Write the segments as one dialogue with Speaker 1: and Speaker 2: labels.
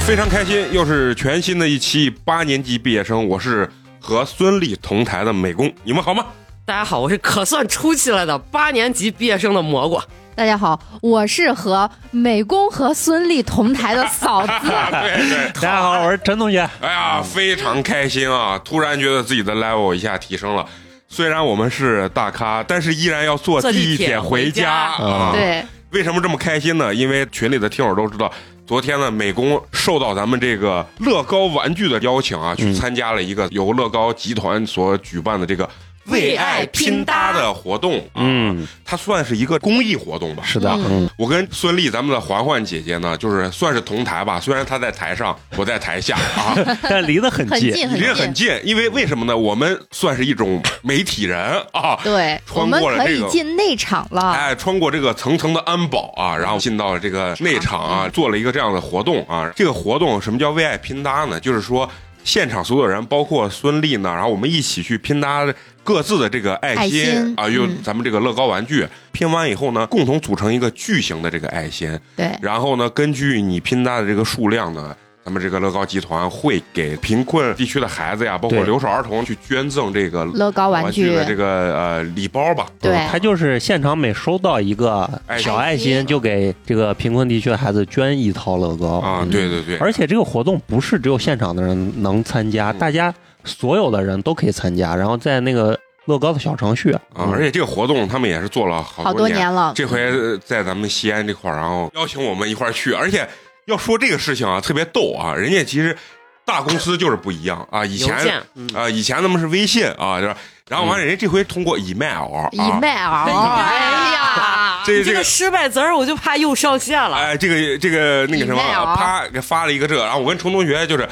Speaker 1: 非常开心，又是全新的一期八年级毕业生，我是和孙俪同台的美工，你们好吗？
Speaker 2: 大家好，我是可算出息了的八年级毕业生的蘑菇。
Speaker 3: 大家好，我是和美工和孙俪同台的嫂 子。
Speaker 1: 啊，对对，
Speaker 4: 大家好，我是陈同学。
Speaker 1: 哎呀，非常开心啊！突然觉得自己的 level 一下提升了。虽然我们是大咖，但是依然要坐
Speaker 2: 坐
Speaker 1: 地
Speaker 2: 地
Speaker 1: 铁
Speaker 2: 铁
Speaker 1: 回
Speaker 2: 回
Speaker 1: 家
Speaker 2: 家
Speaker 1: 啊。
Speaker 3: 对，
Speaker 1: 为什么这么开心呢？因为群里的听友都知道，昨天呢，美工受到咱们这个乐高玩具的邀请啊，去参加了一个由乐高集团所举办的这个为
Speaker 2: 为
Speaker 1: 爱
Speaker 2: 爱
Speaker 1: 拼
Speaker 2: 拼
Speaker 1: 搭
Speaker 2: 搭
Speaker 1: 的活动。啊
Speaker 4: 嗯，
Speaker 1: 它算是一个公益活动吧。
Speaker 4: 是的，嗯，
Speaker 1: 我跟孙俪，咱们的环环姐姐呢，就是算是同台吧，虽然她在台上，我在台下 啊，
Speaker 4: 但离得很
Speaker 3: 很
Speaker 4: 近。
Speaker 3: 近
Speaker 1: 离得很
Speaker 3: 近。
Speaker 1: 近。因为为什么呢？我们算是一种媒体人啊，
Speaker 3: 对，我
Speaker 1: 穿
Speaker 3: 们
Speaker 1: 过了
Speaker 3: 可
Speaker 1: 这
Speaker 3: 以
Speaker 1: 个
Speaker 3: 进内场了。
Speaker 1: 哎，穿过这个层层的安保啊，然后进到了这个内场啊，
Speaker 3: 嗯
Speaker 1: 做了一个这样的活动啊。这个活动什么叫为爱拼搭呢？就是说现场所有人，包括孙俪呢，然后我们一起去拼搭各自的这个爱心
Speaker 3: 爱心
Speaker 1: 啊，用
Speaker 3: 嗯
Speaker 1: 咱们这个乐高玩具拼完以后呢，共同组成一个巨型的这个哎爱心，
Speaker 3: 对，
Speaker 1: 然后呢，根据你拼搭的这个数量呢。咱们这个乐高集团会给贫困地区的孩子呀，包括
Speaker 4: 对
Speaker 1: 留守儿童去捐赠这个
Speaker 3: 乐高玩具
Speaker 1: 的这个呃礼包吧。
Speaker 3: 对
Speaker 4: 他就是现场每收到一个小爱
Speaker 3: 爱
Speaker 4: 心，
Speaker 3: 心
Speaker 4: 就给这个贫困地区的孩子捐一套乐高
Speaker 3: 嗯
Speaker 1: 啊，。对对对，
Speaker 4: 而且这个活动不是只有现场的人能参加，
Speaker 1: 嗯
Speaker 4: 大家所有的人都可以参加。然后在那个乐高的小程序
Speaker 1: 啊，而且这个活动他们也是做了好
Speaker 3: 好
Speaker 1: 多
Speaker 3: 多年了。
Speaker 1: 这回呃在咱们西安这块儿，然后邀请我们一块儿去，而且要说这个事情啊，特别逗啊，人家其实大公司就是不一样啊，以
Speaker 2: 邮
Speaker 1: 前啊、
Speaker 2: 件，嗯，
Speaker 1: 以前他们是微信啊，就是然后完了人家这回通过 email 啊，
Speaker 3: 以麦尔，哎呀，
Speaker 1: 这
Speaker 2: 你这
Speaker 1: 这
Speaker 2: 个
Speaker 1: 个。
Speaker 2: 失败子儿，我就怕又上线了。
Speaker 1: 哎，这个这个那个什么啊，
Speaker 3: email
Speaker 1: 啪给发了一个这个，然后我跟程同学就是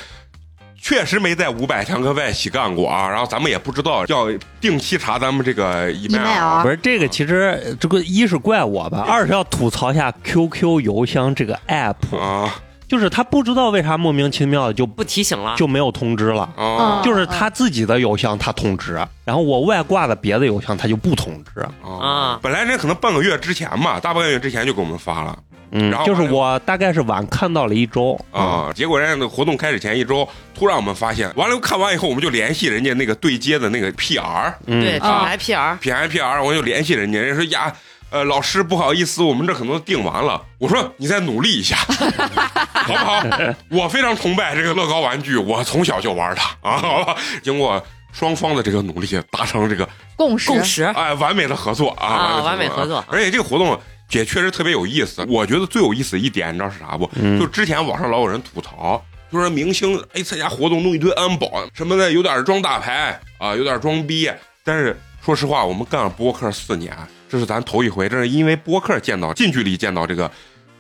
Speaker 1: 确实没在五百强课外洗干过啊，然后咱们也不知道要定期查咱们这个 email，啊
Speaker 4: 嗯不是这个，其实这个一是怪我吧，二是要吐槽一下 QQ 邮箱这个 app，
Speaker 1: 啊
Speaker 4: 就是他不知道为啥莫名其妙的就
Speaker 2: 不提醒了，
Speaker 4: 就没有通知了。
Speaker 1: 啊
Speaker 4: 就是他自己的邮箱他通知，然后我外挂的别的邮箱他就不通知。
Speaker 1: 啊
Speaker 2: 啊！
Speaker 1: 本来人可能半个月之前吧，大半个月之前就给我们发了
Speaker 4: 嗯
Speaker 1: 然后
Speaker 4: 就是我大概是晚看到了一周嗯
Speaker 1: 啊、结果人家那个活动开始前一周，突然我们发现，完了看完以后，我们就联系人家那个对接的那个 PR，
Speaker 4: 嗯
Speaker 2: 对，
Speaker 4: 嗯，
Speaker 2: 厂
Speaker 1: 啊
Speaker 2: 牌 PR，
Speaker 1: 品牌 PR，我就联系人家，人家说呀。呃，老师，不好意思，我们这可能定完了。我说你再努力一下， 好不好？我非常崇拜这个乐高玩具，我从小就玩它啊。好吧经过双方的这个努力，达成这个
Speaker 3: 共识
Speaker 2: 共识。
Speaker 1: 哎，完美的合作啊，
Speaker 2: 啊
Speaker 1: 合
Speaker 2: 完美合作
Speaker 1: 而且这个活动也确实特别有意思。我觉得最有意思一点，你知道是啥不？就之前网上老有人吐槽，就说明星哎参加活动弄一堆安保什么的，有点装大牌啊，有点装逼。但是说实话，我们干了播客四年，这是咱头一回，这是因为播客见到近距离见到这个。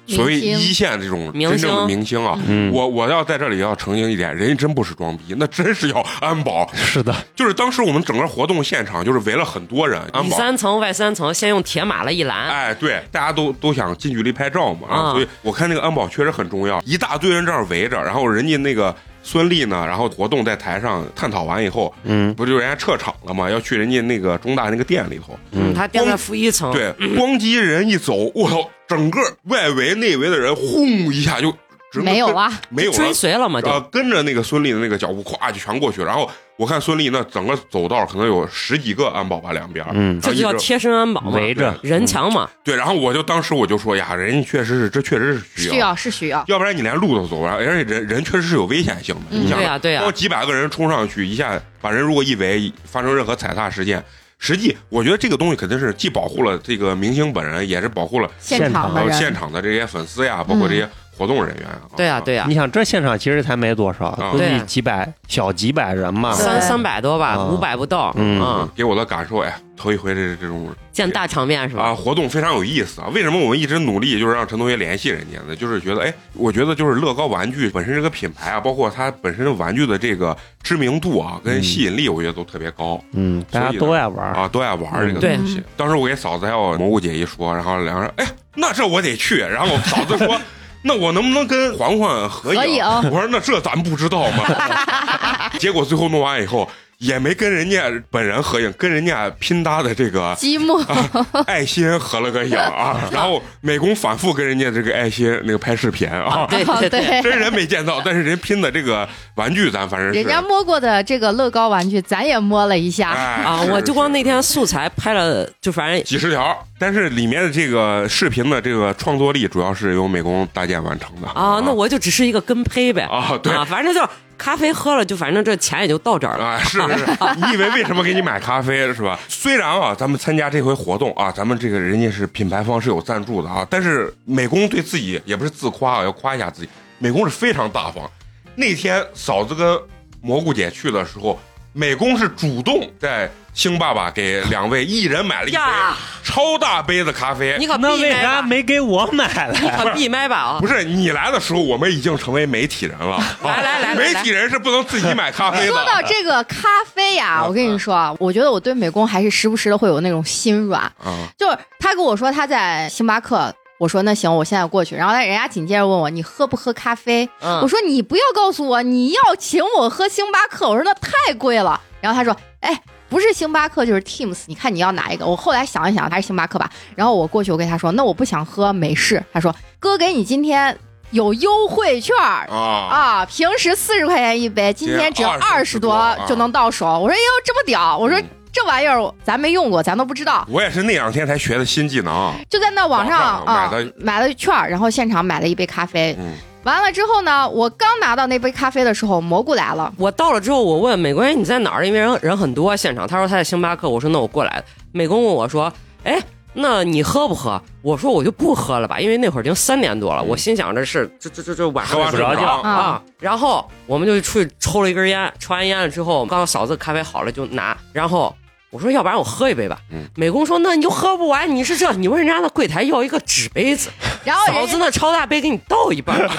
Speaker 1: 所谓
Speaker 3: 明星
Speaker 1: 一线这种
Speaker 2: 明
Speaker 1: 真正的
Speaker 2: 星
Speaker 1: 明星啊，
Speaker 4: 嗯
Speaker 1: 我我要在这里要澄清一点，人家真不是装逼，那真是要安保，
Speaker 4: 是的，
Speaker 1: 就是当时我们整个活动现场就是围了很多人，安
Speaker 2: 里
Speaker 1: 保。
Speaker 2: 啊三层外三层，先用铁马了一拦，
Speaker 1: 哎，对，大家都都想近距离拍照嘛，啊
Speaker 2: 啊
Speaker 1: 所以我看那个安保确实很重要，一大堆人这样围着，然后人家那个孙俪呢，然后活动在台上探讨完以后，
Speaker 4: 嗯，
Speaker 1: 不就人家撤场了嘛，要去人家那个中大那个店里头，
Speaker 2: 嗯，他垫在负一层，
Speaker 1: 对，咣叽人一走，我操，整个外围内围的人轰一下就整个
Speaker 3: 没有啊，
Speaker 1: 没有了
Speaker 2: 追随了嘛，
Speaker 1: 啊，
Speaker 2: 就
Speaker 1: 跟着那个孙俪的那个脚步，咵就全过去。然后我看孙俪那整个走道可能有十几个安保吧，两边儿，嗯
Speaker 4: 嗯
Speaker 1: 然后
Speaker 2: 这
Speaker 1: 一
Speaker 2: 就叫
Speaker 1: 直
Speaker 2: 贴身安保嘛，
Speaker 4: 围着嗯
Speaker 2: 人墙嘛，
Speaker 1: 对。然后我就当时我就说呀，人家确实是，这确实是
Speaker 3: 需要是需要，
Speaker 1: 要不然你连路都走不了，而且人人确实是有危险性的。
Speaker 3: 嗯
Speaker 1: 你想，
Speaker 2: 对呀对呀啊
Speaker 1: 光几百个人冲上去，一下把人如果一围，发生任何踩踏事件，实际我觉得这个东西肯定是既保护了这个明星本人，也是保护了
Speaker 3: 现场的
Speaker 1: 呃现
Speaker 3: 人，
Speaker 1: 场的这些粉丝呀，包括这些活动人员啊。
Speaker 2: 嗯对呀对呀
Speaker 4: 你，想这现场其实才没多少
Speaker 1: 啊，
Speaker 4: 估计
Speaker 2: 对
Speaker 4: 几百小几百人嘛，
Speaker 3: 对
Speaker 2: 三三百多吧，
Speaker 4: 啊
Speaker 2: 五百不到，
Speaker 4: 嗯
Speaker 2: 啊，
Speaker 1: 给我的感受，哎，头一回这这种
Speaker 2: 见大场面是吧？
Speaker 1: 啊，活动非常有意思啊！为什么我们一直努力就是让陈同学联系人家呢？就是觉得，哎，我觉得就是乐高玩具本身这个品牌啊，包括它本身的玩具的这个知名度啊，跟吸引力，我觉得都特别高、
Speaker 4: 嗯，大家都爱玩，
Speaker 1: 啊，都爱玩这个
Speaker 2: 对
Speaker 1: 东西。当时我给嫂子还有蘑菇姐一说，然后两个人，哎，那这我得去。然后嫂子说。 那我能不能跟环环合影？
Speaker 3: 合影
Speaker 1: 我说那这咱不知道吗？结果最后弄完以后，也没跟人家本人合影，跟人家拼搭的这个
Speaker 3: 积木，
Speaker 1: 哦 爱心合了个影啊，然后美工反复跟人家这个爱心那个拍视频啊，
Speaker 2: 对
Speaker 3: 哦
Speaker 2: 对对，
Speaker 3: 对，
Speaker 1: 真人没见到，但是人拼的这个玩具咱反正是
Speaker 3: 人家摸过的这个乐高玩具，咱也摸了一下。
Speaker 1: 哎
Speaker 2: 啊，
Speaker 1: 是
Speaker 2: 我就是光那天素材拍了，就反正
Speaker 1: 几十条，但是里面的这个视频的这个创作力主要是由美工搭建完成的
Speaker 2: 啊，那我就只是一个跟胚呗
Speaker 1: 啊对
Speaker 2: 啊，反正就是咖啡喝了，就反正这钱也就到这儿了。
Speaker 1: 啊，是是，你以为为什么给你买咖啡是吧？虽然啊，咱们参加这回活动啊，咱们这个人家是品牌方是有赞助的啊，但是美工对自己也不是自夸啊，要夸一下自己，美工是非常大方。那天嫂子跟蘑菇姐去的时候，美工是主动在星爸爸给两位一人买了一杯
Speaker 2: 呀
Speaker 1: 超大杯的咖啡。
Speaker 2: 你可
Speaker 4: 那
Speaker 2: 闭
Speaker 4: 为
Speaker 2: 麦
Speaker 4: 啥
Speaker 2: 吧，
Speaker 4: 没给我买
Speaker 2: 你
Speaker 4: 来？
Speaker 2: 可闭麦吧啊
Speaker 1: 不！是你来的时候，我们已经成为媒体人了。啊
Speaker 2: 来来来来
Speaker 1: 媒体人是不能自己买咖啡的。
Speaker 3: 说到这个咖啡呀、我跟你说啊，我觉得我对美工还是时不时的会有那种心软。
Speaker 1: 啊，
Speaker 3: 就是他跟我说他在星巴克，我说那行，我现在过去。然后哎人家紧接着问我你喝不喝咖啡？
Speaker 2: 嗯
Speaker 3: 我说你不要告诉我你要请我喝星巴克，我说那太贵了。然后他说，哎，不是星巴克就是 Teams，你看你要哪一个？我后来想一想，还是星巴克吧。然后我过去，我跟他说，那我不想喝美式。他说，哥给你今天有优惠券儿
Speaker 1: 啊
Speaker 3: 啊，平时四十块钱一杯，今天只要
Speaker 1: 今天
Speaker 3: 二
Speaker 1: 20
Speaker 3: 十
Speaker 1: 多
Speaker 3: 多就能到手。我说，哎呦，这么屌！我说。这玩意儿咱没用过，咱都不知道。
Speaker 1: 我也是那两天才学的新技
Speaker 2: 啊
Speaker 1: 能。
Speaker 3: 就在那网上
Speaker 1: 网上买
Speaker 3: 啊、
Speaker 1: 的
Speaker 3: 买了券儿，然后现场买了一杯咖啡。
Speaker 1: 嗯
Speaker 3: 完了之后呢，我刚拿到那杯咖啡的时候，蘑菇来了。
Speaker 2: 我到了之后，我问美工人你在哪儿，因为人人很多，现场他说他在星巴克，我说那我过来了。美工问我说，哎，那你喝不喝？我说我就不喝了吧，因为那会儿已经三点多了，我心想着是这这这这晚
Speaker 1: 嗯
Speaker 2: 上
Speaker 1: 喝完
Speaker 4: 睡不着觉
Speaker 1: 啊
Speaker 2: 啊，然后我们就出去抽了一根烟，抽完烟了之后，刚刚嫂子咖啡好了就拿，然后我说要不然我喝一杯吧，
Speaker 1: 嗯
Speaker 2: 美工说那你就喝不完，你是这，你问人家那柜台要一个纸杯子，
Speaker 3: 然后
Speaker 2: 嫂
Speaker 3: 人
Speaker 2: 子
Speaker 3: 家
Speaker 2: 那超大杯给你倒一半，
Speaker 3: 人家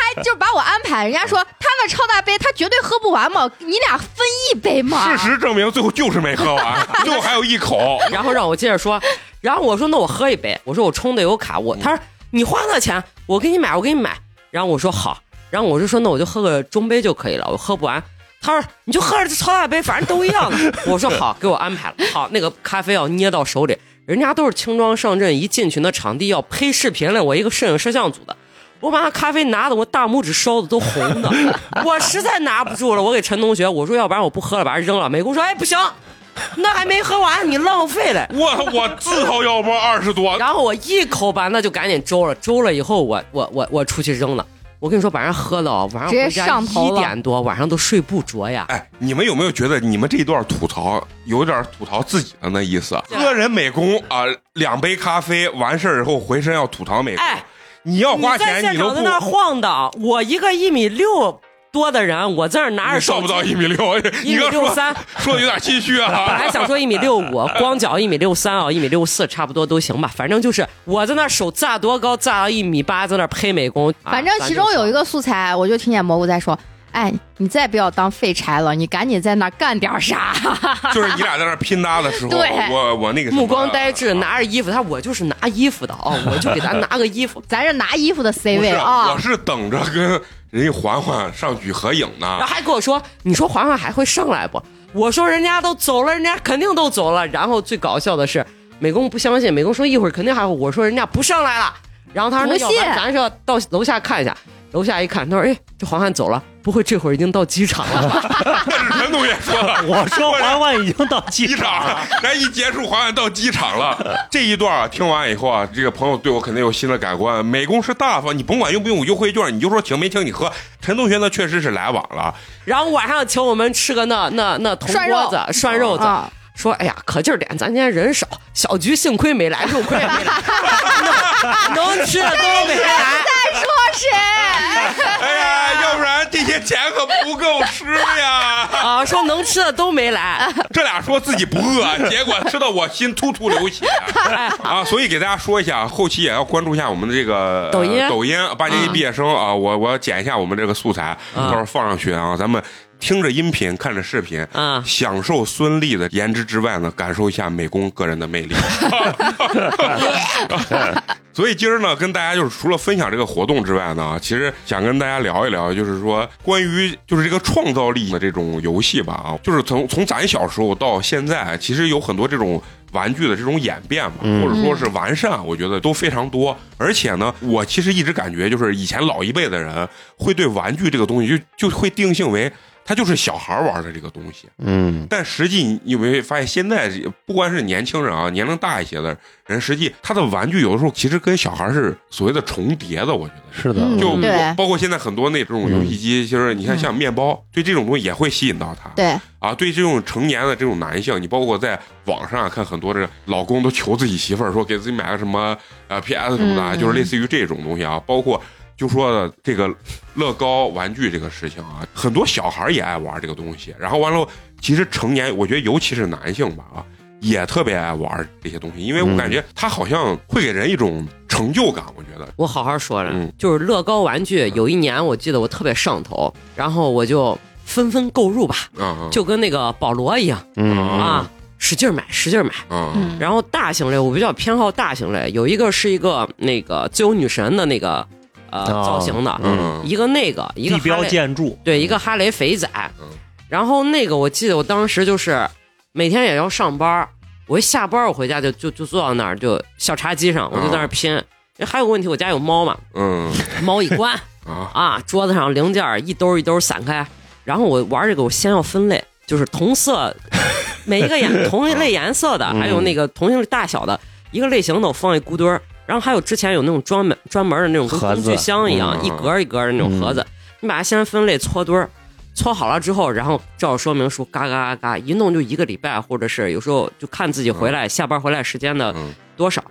Speaker 3: 还就把我安排，人家说他那超大杯他绝对喝不完嘛，你俩分一杯嘛。
Speaker 1: 事实证啊明，最后就是没喝 完，最后还有一口。
Speaker 2: 然后让我接着说，然后我说那我喝一杯，我说我充的有卡，我他说你花那钱，我给你买，我给你买，然后我说好，然后我就说那我就喝个中杯就可以了，我喝不完。他说：“你就喝着超大杯，反正都一样的。” 我说：“好，给我安排了。好，那个咖啡要捏到手里，人家都是轻装上阵，一进群的场地要拍视频了。我一个摄影摄像组的，我把那咖啡拿的我大拇指烧的都红的， 我实在拿不住了。我给陈同学我说，要不然我不喝了，把它扔了。美工说：哎，不行， 那还没喝完，你浪费了。
Speaker 1: 我我自掏腰包二十多，
Speaker 2: 然后我一口把那就赶紧周了，周了以后我我我我出去扔了。我跟你说，晚上喝了，哦晚上
Speaker 3: 直接
Speaker 2: 回家
Speaker 3: 上
Speaker 2: 一
Speaker 3: 头了
Speaker 2: 点多，晚上都睡不着呀。
Speaker 1: 哎，你们有没有觉得你们这一段吐槽有点吐槽自己的那意思？啊
Speaker 2: 对
Speaker 1: 喝人美工啊、两杯咖啡完事儿以后回身要吐槽美工，
Speaker 2: 哎，
Speaker 1: 你要花
Speaker 2: 在
Speaker 1: 钱
Speaker 2: 现
Speaker 1: 你都
Speaker 2: 场
Speaker 1: 不
Speaker 2: 在那儿晃荡，我一个一米六多的人，我在那儿拿着
Speaker 1: 你到
Speaker 2: 手机，
Speaker 1: 不到一米六，哎
Speaker 2: 一
Speaker 1: 你
Speaker 2: 米
Speaker 1: 刚
Speaker 2: 六
Speaker 1: 说
Speaker 2: 三，
Speaker 1: 说的有点心虚
Speaker 2: 我 还
Speaker 1: 啊。
Speaker 2: 想说一米六五，光脚一米六三啊，一米六四差不多都行吧。反正就是我在那儿手炸多高，炸到一米八，在那儿拍美工。啊
Speaker 3: 反正其中有一，个素材，我就听见蘑菇在说：“哎，你再不要当废柴了，你赶紧在那儿干点啥。
Speaker 1: 就是你俩在那儿拼搭的时候，
Speaker 3: 对。
Speaker 1: 我我那个什
Speaker 2: 咱就
Speaker 1: 么
Speaker 2: 目光呆滞，
Speaker 1: 啊
Speaker 2: 拿着衣服，他我就是拿衣服的哦，我就给 他拿个衣服
Speaker 3: 咱这拿衣服的 C
Speaker 1: 不
Speaker 3: 位
Speaker 1: 是，
Speaker 3: 啊
Speaker 1: 我，是等着跟人家环环上去合影呢
Speaker 2: 然。后还跟我说：“你说环环还会上来不？”我说：“人家都走了，人家肯定都走了。”然后最搞笑的是，美工不相信，美工说一会儿肯定还会。我说：“人家不上来了。”然后他说：“那
Speaker 3: 不
Speaker 2: 要不然
Speaker 3: 信
Speaker 2: 咱是要到楼下看一下。”楼下一看，他说：“哎，这环环走了，不会这会儿已经到机场了 吧？”
Speaker 1: 但是陈同学说了，
Speaker 4: 我说环环已经到机
Speaker 1: 机
Speaker 4: 场
Speaker 1: 场啊
Speaker 4: 了，
Speaker 1: 了，咱一结束好像到机场了。这一段啊，听完以后啊，这个朋友对我肯定有新的改观。美工是大方，你甭管用不用优惠券，你就说请没请你喝。陈同学呢，确实是来晚了，
Speaker 2: 然后晚上请我们吃个那那那铜
Speaker 3: 涮
Speaker 2: 锅
Speaker 3: 肉
Speaker 2: 子、涮肉 子，
Speaker 3: 啊
Speaker 2: 说哎呀可劲儿点，咱今天人少，小菊幸亏没来，肉亏也没来， 能能吃的都没 来。
Speaker 3: 在哎说谁？
Speaker 1: 哎呀，要不然这些钱可不够吃呀。
Speaker 2: 啊，说能吃的都没来，
Speaker 1: 这俩说自己不饿， 结果吃到我心突突流血啊！ 所以给大家说一下，后期也要关注一下我们的这个呃
Speaker 2: 抖音嗯
Speaker 1: 抖音八年级毕业生啊，我我要剪一下我们这个素材，到时候放上去啊，咱们听着音频，看着视频。
Speaker 2: 啊，
Speaker 1: 享受孙俪的颜值之外呢，感受一下美工个人的魅 力。 所以今儿呢，跟大家就是除了分享这个活动之外呢，其实想跟大家聊一聊，就是说关于就是这个创造力的这种游戏吧啊，就是从从咱小时候到现在，其实有很多这种玩具的这种演变吧，
Speaker 4: 嗯
Speaker 1: 或者说是完善，我觉得都非常多。而且呢，我其实一直感觉就是以前老一辈的人会对玩具这个东西就就会定性为。它就是小孩玩的这个东西，
Speaker 4: 嗯
Speaker 1: 但实际你有没有发现，现在不光是年轻人啊，年龄大一些的人，实际他的玩具有的时候其实跟小孩是所谓的重叠的，我觉得是。
Speaker 4: 是的，
Speaker 3: 嗯
Speaker 1: 就
Speaker 3: 对嗯
Speaker 1: 包括现在很多那种游戏机，就是你看像面包，对这种东西也会吸引到他。
Speaker 3: 对，
Speaker 1: 啊，对这种成年的这种男性，你包括在网上啊看很多这老公都求自己媳妇儿说给自己买个什么呃 PS 什么的啊，
Speaker 3: 嗯
Speaker 1: 就是类似于这种东西啊，包括。就说的这个乐高玩具这个事情啊，很多小孩儿也爱玩这个东西。然后完了，其实成年，我觉得尤其是男性吧啊，也特别爱玩这些东西，因为我感觉它好像会给人一种成就感。我觉得，
Speaker 2: 我好好说了，
Speaker 1: 嗯
Speaker 2: 就是乐高玩
Speaker 4: 嗯
Speaker 2: 具，有一年我记得我特别上头，然后我就纷纷购入吧，
Speaker 4: 哦
Speaker 1: 啊，
Speaker 2: 就跟那个保罗一样、
Speaker 4: 嗯
Speaker 2: 啊，使劲买，使劲买。
Speaker 1: 啊，
Speaker 3: 嗯，
Speaker 2: 然后大型类，我比较偏好大型类，有一个是一个那个自由女神的那个呃、
Speaker 4: 哦
Speaker 2: 造型的，
Speaker 1: 嗯
Speaker 2: 一个那个一个
Speaker 4: 地标
Speaker 2: 哈雷
Speaker 4: 建筑，
Speaker 2: 对，一个哈雷肥仔。
Speaker 1: 嗯
Speaker 2: 然后那个我记得我当时就是每天也要上班儿，我一下班儿我回家就就就坐到那儿就小茶几上，我就
Speaker 4: 哦
Speaker 2: 在那儿拼。因为还有个问题，我家有猫嘛，
Speaker 1: 嗯
Speaker 2: 猫一关
Speaker 1: 啊，
Speaker 2: 啊，桌子上零件儿一兜一兜散开，然后我玩这个我先要分类，就是同色，每一个颜同一类颜色的，还有那个同一类大小的一个类型的我放一孤堆儿，然后还有之前有那种专门专门的那种跟
Speaker 4: 盒
Speaker 2: 工
Speaker 4: 子
Speaker 2: 具箱一样
Speaker 1: 嗯
Speaker 2: 一格儿一格儿的那种盒子，你把它先分类搓堆儿。搓好了之后，然后照说明书嘎嘎嘎嘎一弄就一个礼拜，或者是有时候就看自己回来、下班回来时
Speaker 3: 呃
Speaker 2: 间的
Speaker 1: 嗯
Speaker 2: 多少，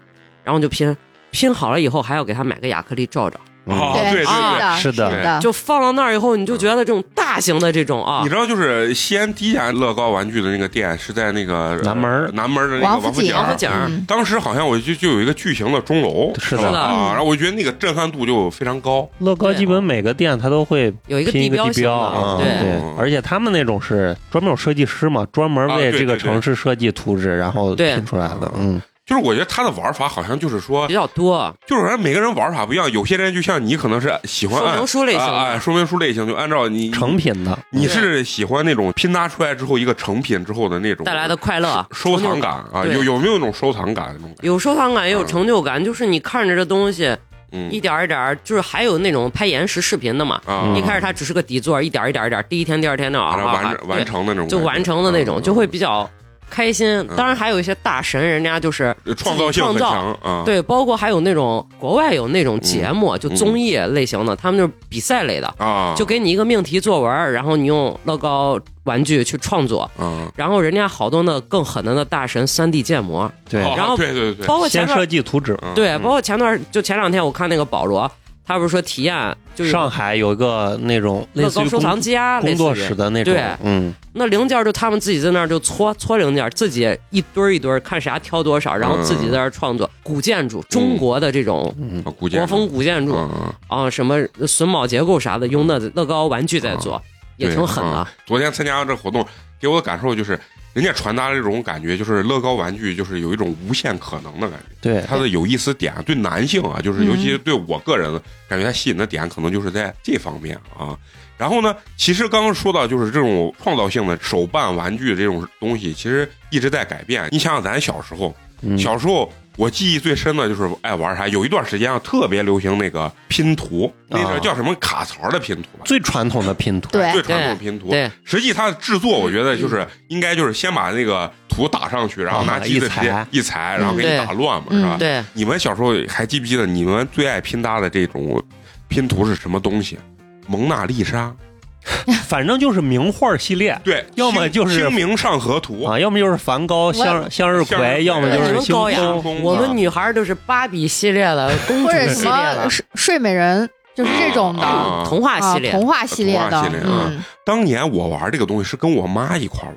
Speaker 2: 然后就拼拼好了以后，还要给他买个亚克力罩罩。
Speaker 1: 哦
Speaker 4: 嗯
Speaker 1: 对对
Speaker 2: 对
Speaker 3: 的，
Speaker 4: 是
Speaker 3: 是
Speaker 4: 的
Speaker 3: 的，
Speaker 2: 就放到那儿以后，你就觉得这种大型的这种啊
Speaker 1: 你，知道，就是西安第一家乐高玩具的那个店是在那个呃
Speaker 4: 南门儿
Speaker 1: 南门儿的那个
Speaker 3: 王
Speaker 1: 府
Speaker 3: 府井，
Speaker 2: 王府井儿
Speaker 3: 嗯
Speaker 1: 当时好像我就就有一个巨型的钟楼，
Speaker 4: 是的
Speaker 1: 吧
Speaker 2: 是的
Speaker 1: 啊，然后我觉得那个震撼度就非常高。
Speaker 4: 乐高基本每个店它都会
Speaker 2: 有一个
Speaker 4: 拼
Speaker 2: 地
Speaker 4: 一个
Speaker 2: 标
Speaker 4: 地
Speaker 2: 型
Speaker 4: 标
Speaker 2: 的
Speaker 4: 啊，
Speaker 1: 对
Speaker 4: 对
Speaker 1: 嗯，
Speaker 4: 而且他们那种是专门有设计师嘛，专门
Speaker 1: 啊对
Speaker 4: 为这
Speaker 1: 对
Speaker 4: 个
Speaker 1: 对
Speaker 4: 城市设计图纸，然后
Speaker 2: 对
Speaker 4: 拼出来的。嗯，
Speaker 1: 就是我觉得它的玩法好像就是说
Speaker 2: 比，较多。
Speaker 1: 就是人每个人玩法不一样，有些人就像你可能是喜欢
Speaker 2: 说
Speaker 1: 按
Speaker 2: 明书类型的
Speaker 1: 啊，啊说明书类型就按照你
Speaker 4: 成品的，
Speaker 1: 你是喜欢那种拼搭出来之后一个成品之后的那种
Speaker 2: 带来的快乐、
Speaker 1: 收
Speaker 2: 成
Speaker 1: 藏感
Speaker 2: 就感，
Speaker 1: 啊，
Speaker 2: 对
Speaker 1: 有有没有那种收藏感那种感觉？
Speaker 2: 有收藏感，也有成就感。就是你看着这东西一
Speaker 1: 嗯
Speaker 2: 点儿一点儿，就是还有那种拍延时视频的嘛。
Speaker 1: 啊，
Speaker 2: 一开始它只是个底座，一点儿一点儿一点儿，第一天、第二天那
Speaker 1: 啊
Speaker 2: 样
Speaker 1: 然后完
Speaker 2: 对
Speaker 1: 完成的那种感觉，
Speaker 2: 就完成的那种，
Speaker 1: 嗯
Speaker 2: 就会比较开心。当然还有一些大神，人家就是
Speaker 1: 嗯创造性很
Speaker 2: 自己创
Speaker 1: 强啊，
Speaker 2: 对，包括还有那种国外有
Speaker 1: 嗯
Speaker 2: 那种节目，就综艺类型的，他们就是比赛类的，
Speaker 1: 啊，
Speaker 2: 就给你一个命题作文，然后你用乐高玩具去创作。
Speaker 1: 啊，
Speaker 2: 然后人家好多那更狠的那大神三 D 建模，
Speaker 4: 对，
Speaker 1: 哦
Speaker 2: 然后
Speaker 1: 对对对，
Speaker 2: 包括前
Speaker 4: 先
Speaker 2: 段
Speaker 4: 设计图纸。
Speaker 1: 嗯
Speaker 2: 对，
Speaker 1: 嗯
Speaker 2: 包括前段就前两天我看那个保罗，他不是说体验就是
Speaker 4: 上海有一个那种类
Speaker 2: 乐
Speaker 4: 似
Speaker 2: 高
Speaker 4: 于
Speaker 2: 收藏
Speaker 4: 工
Speaker 2: 家类似
Speaker 4: 工
Speaker 2: 于
Speaker 4: 作室的那种
Speaker 2: 对，
Speaker 4: 嗯，
Speaker 2: 那零件就他们自己在那儿就搓搓零件，自己一堆儿一堆儿看啥挑多少，然后自己在那儿创作、古建筑，中国的这种
Speaker 4: 嗯
Speaker 1: 啊古建筑
Speaker 2: 国风古建筑、
Speaker 1: 嗯嗯
Speaker 2: 啊，什么榫卯结构啥的，用那乐高玩具在做，
Speaker 4: 嗯
Speaker 2: 也挺狠
Speaker 1: 对
Speaker 2: 的
Speaker 1: 啊。昨天参加这活动，给我的感受就是，人家传达这种感觉，就是乐高玩具就是有一种无限可能的感觉。
Speaker 4: 对，
Speaker 1: 它的有意思点对男性啊，就是
Speaker 3: 嗯
Speaker 1: 尤其对我个人感觉它吸引的点，可能就是在这方面啊。然后呢，其实刚刚说到就是这种创造性的手办玩具这种东西，其实一直在改变。你想想咱小时候，
Speaker 4: 嗯
Speaker 1: 小时候我记忆最深的就是爱玩啥，有一段时间啊特别流行那个拼图，那个
Speaker 4: 啊
Speaker 1: 叫什么卡槽的拼图吧，
Speaker 4: 最传统的拼图，
Speaker 3: 对
Speaker 1: 最传统的拼
Speaker 4: 嗯
Speaker 1: 图。
Speaker 4: 啊
Speaker 2: 对，
Speaker 1: 实际它的制作，我觉得就是应该就是先把那个图打上去，然后拿机子直接
Speaker 4: 啊
Speaker 1: 一裁，然后给你
Speaker 2: 对
Speaker 1: 打乱嘛，
Speaker 3: 嗯
Speaker 1: 是吧？
Speaker 2: 对，
Speaker 1: 你们小时候还记不记得你们最爱拼搭的这种拼图是什么东西？蒙娜丽莎，
Speaker 4: 反正就是名画系列
Speaker 1: 对，
Speaker 4: 要么
Speaker 1: 清
Speaker 4: 就是
Speaker 1: 清明上河图，
Speaker 4: 啊，要么就是梵高、向
Speaker 1: 向
Speaker 4: 向日
Speaker 1: 日葵
Speaker 4: 葵，哎要么就
Speaker 2: 你
Speaker 4: 是
Speaker 2: 们
Speaker 4: 星
Speaker 2: 高雅
Speaker 4: 空。
Speaker 1: 空
Speaker 2: 我们女孩儿就是芭比系列的、公主
Speaker 3: 或者
Speaker 2: 系
Speaker 3: 什
Speaker 2: 列
Speaker 3: 么
Speaker 2: 的、
Speaker 3: 睡睡美人，就是这种的
Speaker 1: 啊
Speaker 3: 啊，
Speaker 2: 童话系列
Speaker 3: 童话系列
Speaker 1: 童
Speaker 3: 的
Speaker 1: 话系列，啊
Speaker 3: 嗯，
Speaker 1: 当年我玩这个东西是跟我妈一块儿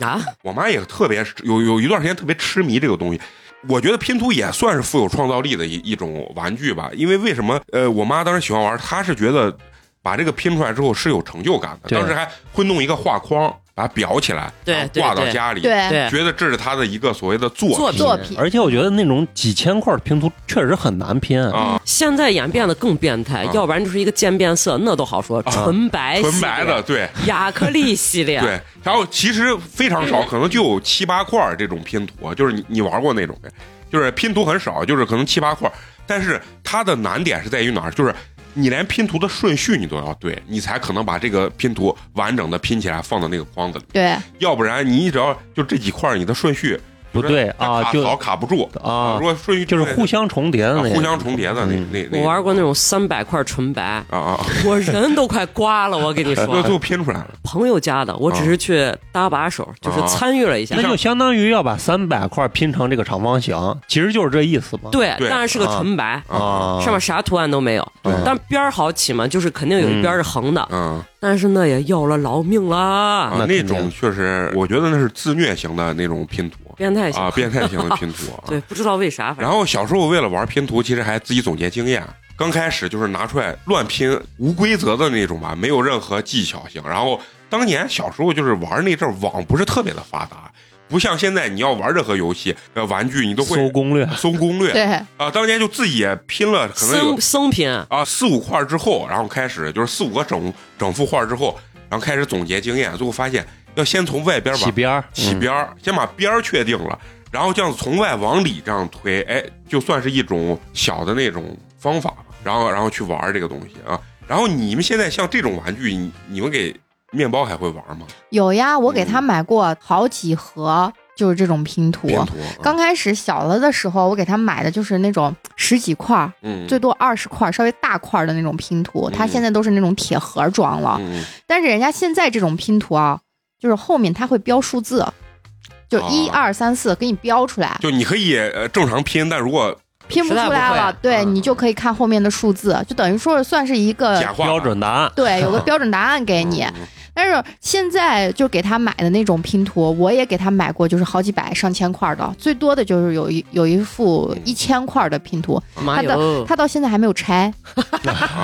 Speaker 1: 玩，
Speaker 2: 啊，
Speaker 1: 我妈也特别有有一段时间特别痴迷这个东西。我觉得拼图也算是富有创造力的一一种玩具吧，因为为什么？呃，我妈当时喜欢玩，她是觉得。把这个拼出来之后是有成就感的。
Speaker 4: 对
Speaker 1: 当时还会弄一个画框，把它裱起来，
Speaker 2: 对
Speaker 1: 然后
Speaker 2: 对
Speaker 1: 挂到
Speaker 2: 对
Speaker 1: 家里，
Speaker 3: 对，
Speaker 2: 对，
Speaker 1: 觉得这是他的一个所谓的作
Speaker 2: 作
Speaker 1: 品
Speaker 2: 品
Speaker 3: 作品
Speaker 4: 而且我觉得那种几千块的拼图确实很难拼，
Speaker 1: 啊，
Speaker 2: 现在演变得更变态，
Speaker 1: 啊
Speaker 2: 要不然就是一个渐变色，那都好说，纯白
Speaker 1: 纯白
Speaker 2: 系列
Speaker 1: 的，对
Speaker 2: 亚克力系 列，
Speaker 1: 对。然后其实非常少，可能就有七八块儿这种拼图，啊就是你你玩过那种呗，就是拼图很少，就是可能七八块儿。但是它的难点是在于哪儿？就是你连拼图的顺序你都要对，你才可能把这个拼图完整的拼起来放到那个框子里。
Speaker 3: 对，
Speaker 1: 要不然你只要就这几块儿你的顺序
Speaker 4: 不对
Speaker 1: 它
Speaker 4: 啊
Speaker 1: 卡
Speaker 4: 就
Speaker 1: 槽卡不住
Speaker 4: 啊
Speaker 1: 如，果顺序
Speaker 4: 就是
Speaker 1: 对
Speaker 4: 互相重叠的
Speaker 1: 啊
Speaker 4: 那
Speaker 1: 互
Speaker 4: 个。嗯
Speaker 1: 相重叠的那那那
Speaker 2: 我玩过那种三百块纯白，
Speaker 1: 啊啊，啊
Speaker 2: 我人都快刮了，我跟你
Speaker 1: 那最
Speaker 2: 说，
Speaker 1: 后拼出来了。
Speaker 2: 朋友家的，我只是去搭把手，就是参与了一下
Speaker 4: 那。就相当于要把三百块拼成这个长方形，其实就是这意思嘛。
Speaker 2: 对，
Speaker 1: 对
Speaker 2: 但是是个纯白，
Speaker 4: 啊，
Speaker 2: 上面啥图案都没有，但边儿好起嘛，就是肯定有一边是横的，
Speaker 1: 嗯，
Speaker 2: 但是那也要了老命啦，
Speaker 1: 啊
Speaker 4: 那，
Speaker 1: 那
Speaker 4: 肯定
Speaker 1: 种确实，我觉得那是自虐型的那种拼图
Speaker 2: 变态型
Speaker 1: 啊，。变态型的拼图。啊
Speaker 2: 对，不知道为啥，反
Speaker 1: 然
Speaker 2: 正
Speaker 1: 后小时候为了玩拼图，其实还自己总结经验。刚开始就是拿出来乱拼，无规则的那种吧，没有任何技巧性。然后当年小时候就是玩那阵儿网不是特别的发达，不像现在你要玩任何游戏，呃，玩具你都
Speaker 4: 搜
Speaker 1: 会
Speaker 4: 攻略，
Speaker 1: 搜攻略
Speaker 3: 对，
Speaker 1: 啊。当年就自己也拼了，可能有
Speaker 2: 生生拼，
Speaker 1: 啊，四五块儿之后，然后开始就是四五个整整幅画儿之后，然后开始总结经验，最后发现要先从外边儿
Speaker 4: 起
Speaker 1: 往
Speaker 4: 边儿，
Speaker 1: 起
Speaker 4: 嗯
Speaker 1: 边儿，先把边儿确定了，然后这样从外往里这样推，哎，就算是一种小的那种方法吧，然后然后去玩儿这个东西啊。然后你们现在像这种玩具，你你们给面包还会玩吗？
Speaker 3: 有呀，我给他买过好几盒，就是这种拼图。
Speaker 1: 嗯拼图，
Speaker 3: 刚开始小了的时候，我给他买的就是那种十几块儿，
Speaker 1: 嗯
Speaker 3: 最多二十块儿，稍微大块儿的那种拼图。
Speaker 1: 嗯
Speaker 3: 他现在都是那种铁盒装了，
Speaker 1: 嗯
Speaker 3: 但是人家现在这种拼图啊，就是后面他会标数字，就
Speaker 1: 啊
Speaker 3: 一二三四给你标出来，
Speaker 1: 就你可以呃正常拼，但如果
Speaker 3: 拼不出
Speaker 2: 实在不
Speaker 3: 来
Speaker 2: 会
Speaker 3: 了，对
Speaker 1: 嗯
Speaker 3: 你就可以看后面的数字，就等于说是算是一个
Speaker 1: 假画
Speaker 4: 标准答案。
Speaker 3: 对，有个标准答案给呃你。
Speaker 1: 嗯
Speaker 3: 但是现在就给他买的那种拼图，我也给他买过，就是好几百、上千块的，最多的就是有一有一副
Speaker 1: 嗯
Speaker 3: 一千块的拼图，
Speaker 2: 妈哦
Speaker 3: 他
Speaker 2: 哟，
Speaker 3: 他到现在还没 有拆，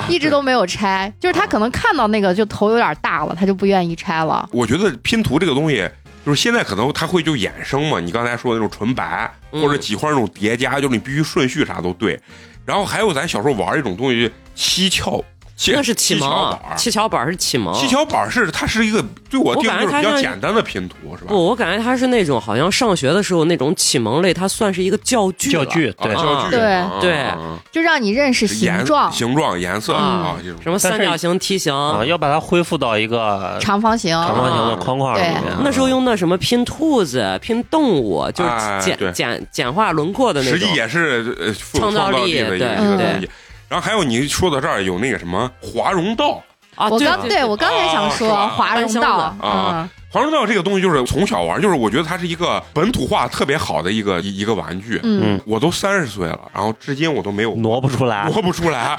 Speaker 3: 一直都没有拆。就是他可能看到那个就头有点大了，他就不愿意拆了。
Speaker 1: 我觉得拼图这个东西，就是现在可能它会就衍生嘛，你刚才说的那种纯白
Speaker 2: 嗯
Speaker 1: 或者几块那种叠加，就是你必须顺序啥都对。然后还有咱小时候玩一种东西，七窍，七
Speaker 2: 那是启
Speaker 1: 七巧
Speaker 2: 蒙
Speaker 1: 板，儿。
Speaker 2: 七巧板是启蒙，
Speaker 1: 七巧板儿是它是一个对我
Speaker 2: 我
Speaker 1: 定
Speaker 2: 感
Speaker 1: 义
Speaker 2: 觉
Speaker 1: 就是
Speaker 2: 它
Speaker 1: 比较
Speaker 2: 像
Speaker 1: 简单的拼图，是吧？
Speaker 2: 不，我感觉他是那种好像上学的时候那种启蒙类，它算是一个教具
Speaker 4: 教
Speaker 2: 了
Speaker 4: 具
Speaker 1: 啊，
Speaker 4: 对，
Speaker 1: 教具，
Speaker 3: 对
Speaker 1: 啊
Speaker 2: 对嗯
Speaker 1: 啊
Speaker 3: 就让你认识
Speaker 1: 是颜
Speaker 3: 形状、
Speaker 1: 形状、颜色啊，这种
Speaker 2: 什么三角形、梯形。
Speaker 4: 啊，要把它恢复到一个
Speaker 3: 长方形。
Speaker 1: 啊
Speaker 4: 长方形的框框里面。
Speaker 2: 那时候用的什么拼兔子、拼动物，就是
Speaker 1: 哎
Speaker 2: 简、
Speaker 1: 对
Speaker 2: 简简化轮廓的那
Speaker 1: 实
Speaker 2: 种。
Speaker 1: 际也是呃富
Speaker 2: 创造
Speaker 1: 造
Speaker 2: 力
Speaker 1: 的一个
Speaker 2: 对
Speaker 1: 一个
Speaker 3: 对
Speaker 1: 东西。然后还有你说到这儿有那个什么华容道，
Speaker 2: 啊，
Speaker 3: 我
Speaker 2: 对
Speaker 3: 刚对我刚才想
Speaker 1: 哦是
Speaker 3: 说
Speaker 1: 吧
Speaker 3: 华容
Speaker 2: 搬
Speaker 3: 道嗯
Speaker 2: 箱，
Speaker 1: 子啊黄龙道这个东西就是从小玩，就是我觉得它是一个本土化特别好的一个一一个玩具。
Speaker 3: 嗯，嗯
Speaker 4: 嗯
Speaker 1: 我都三十岁了，然后至今我都没有
Speaker 4: 挪不出
Speaker 3: 啊
Speaker 4: 来，
Speaker 1: 摸不出来。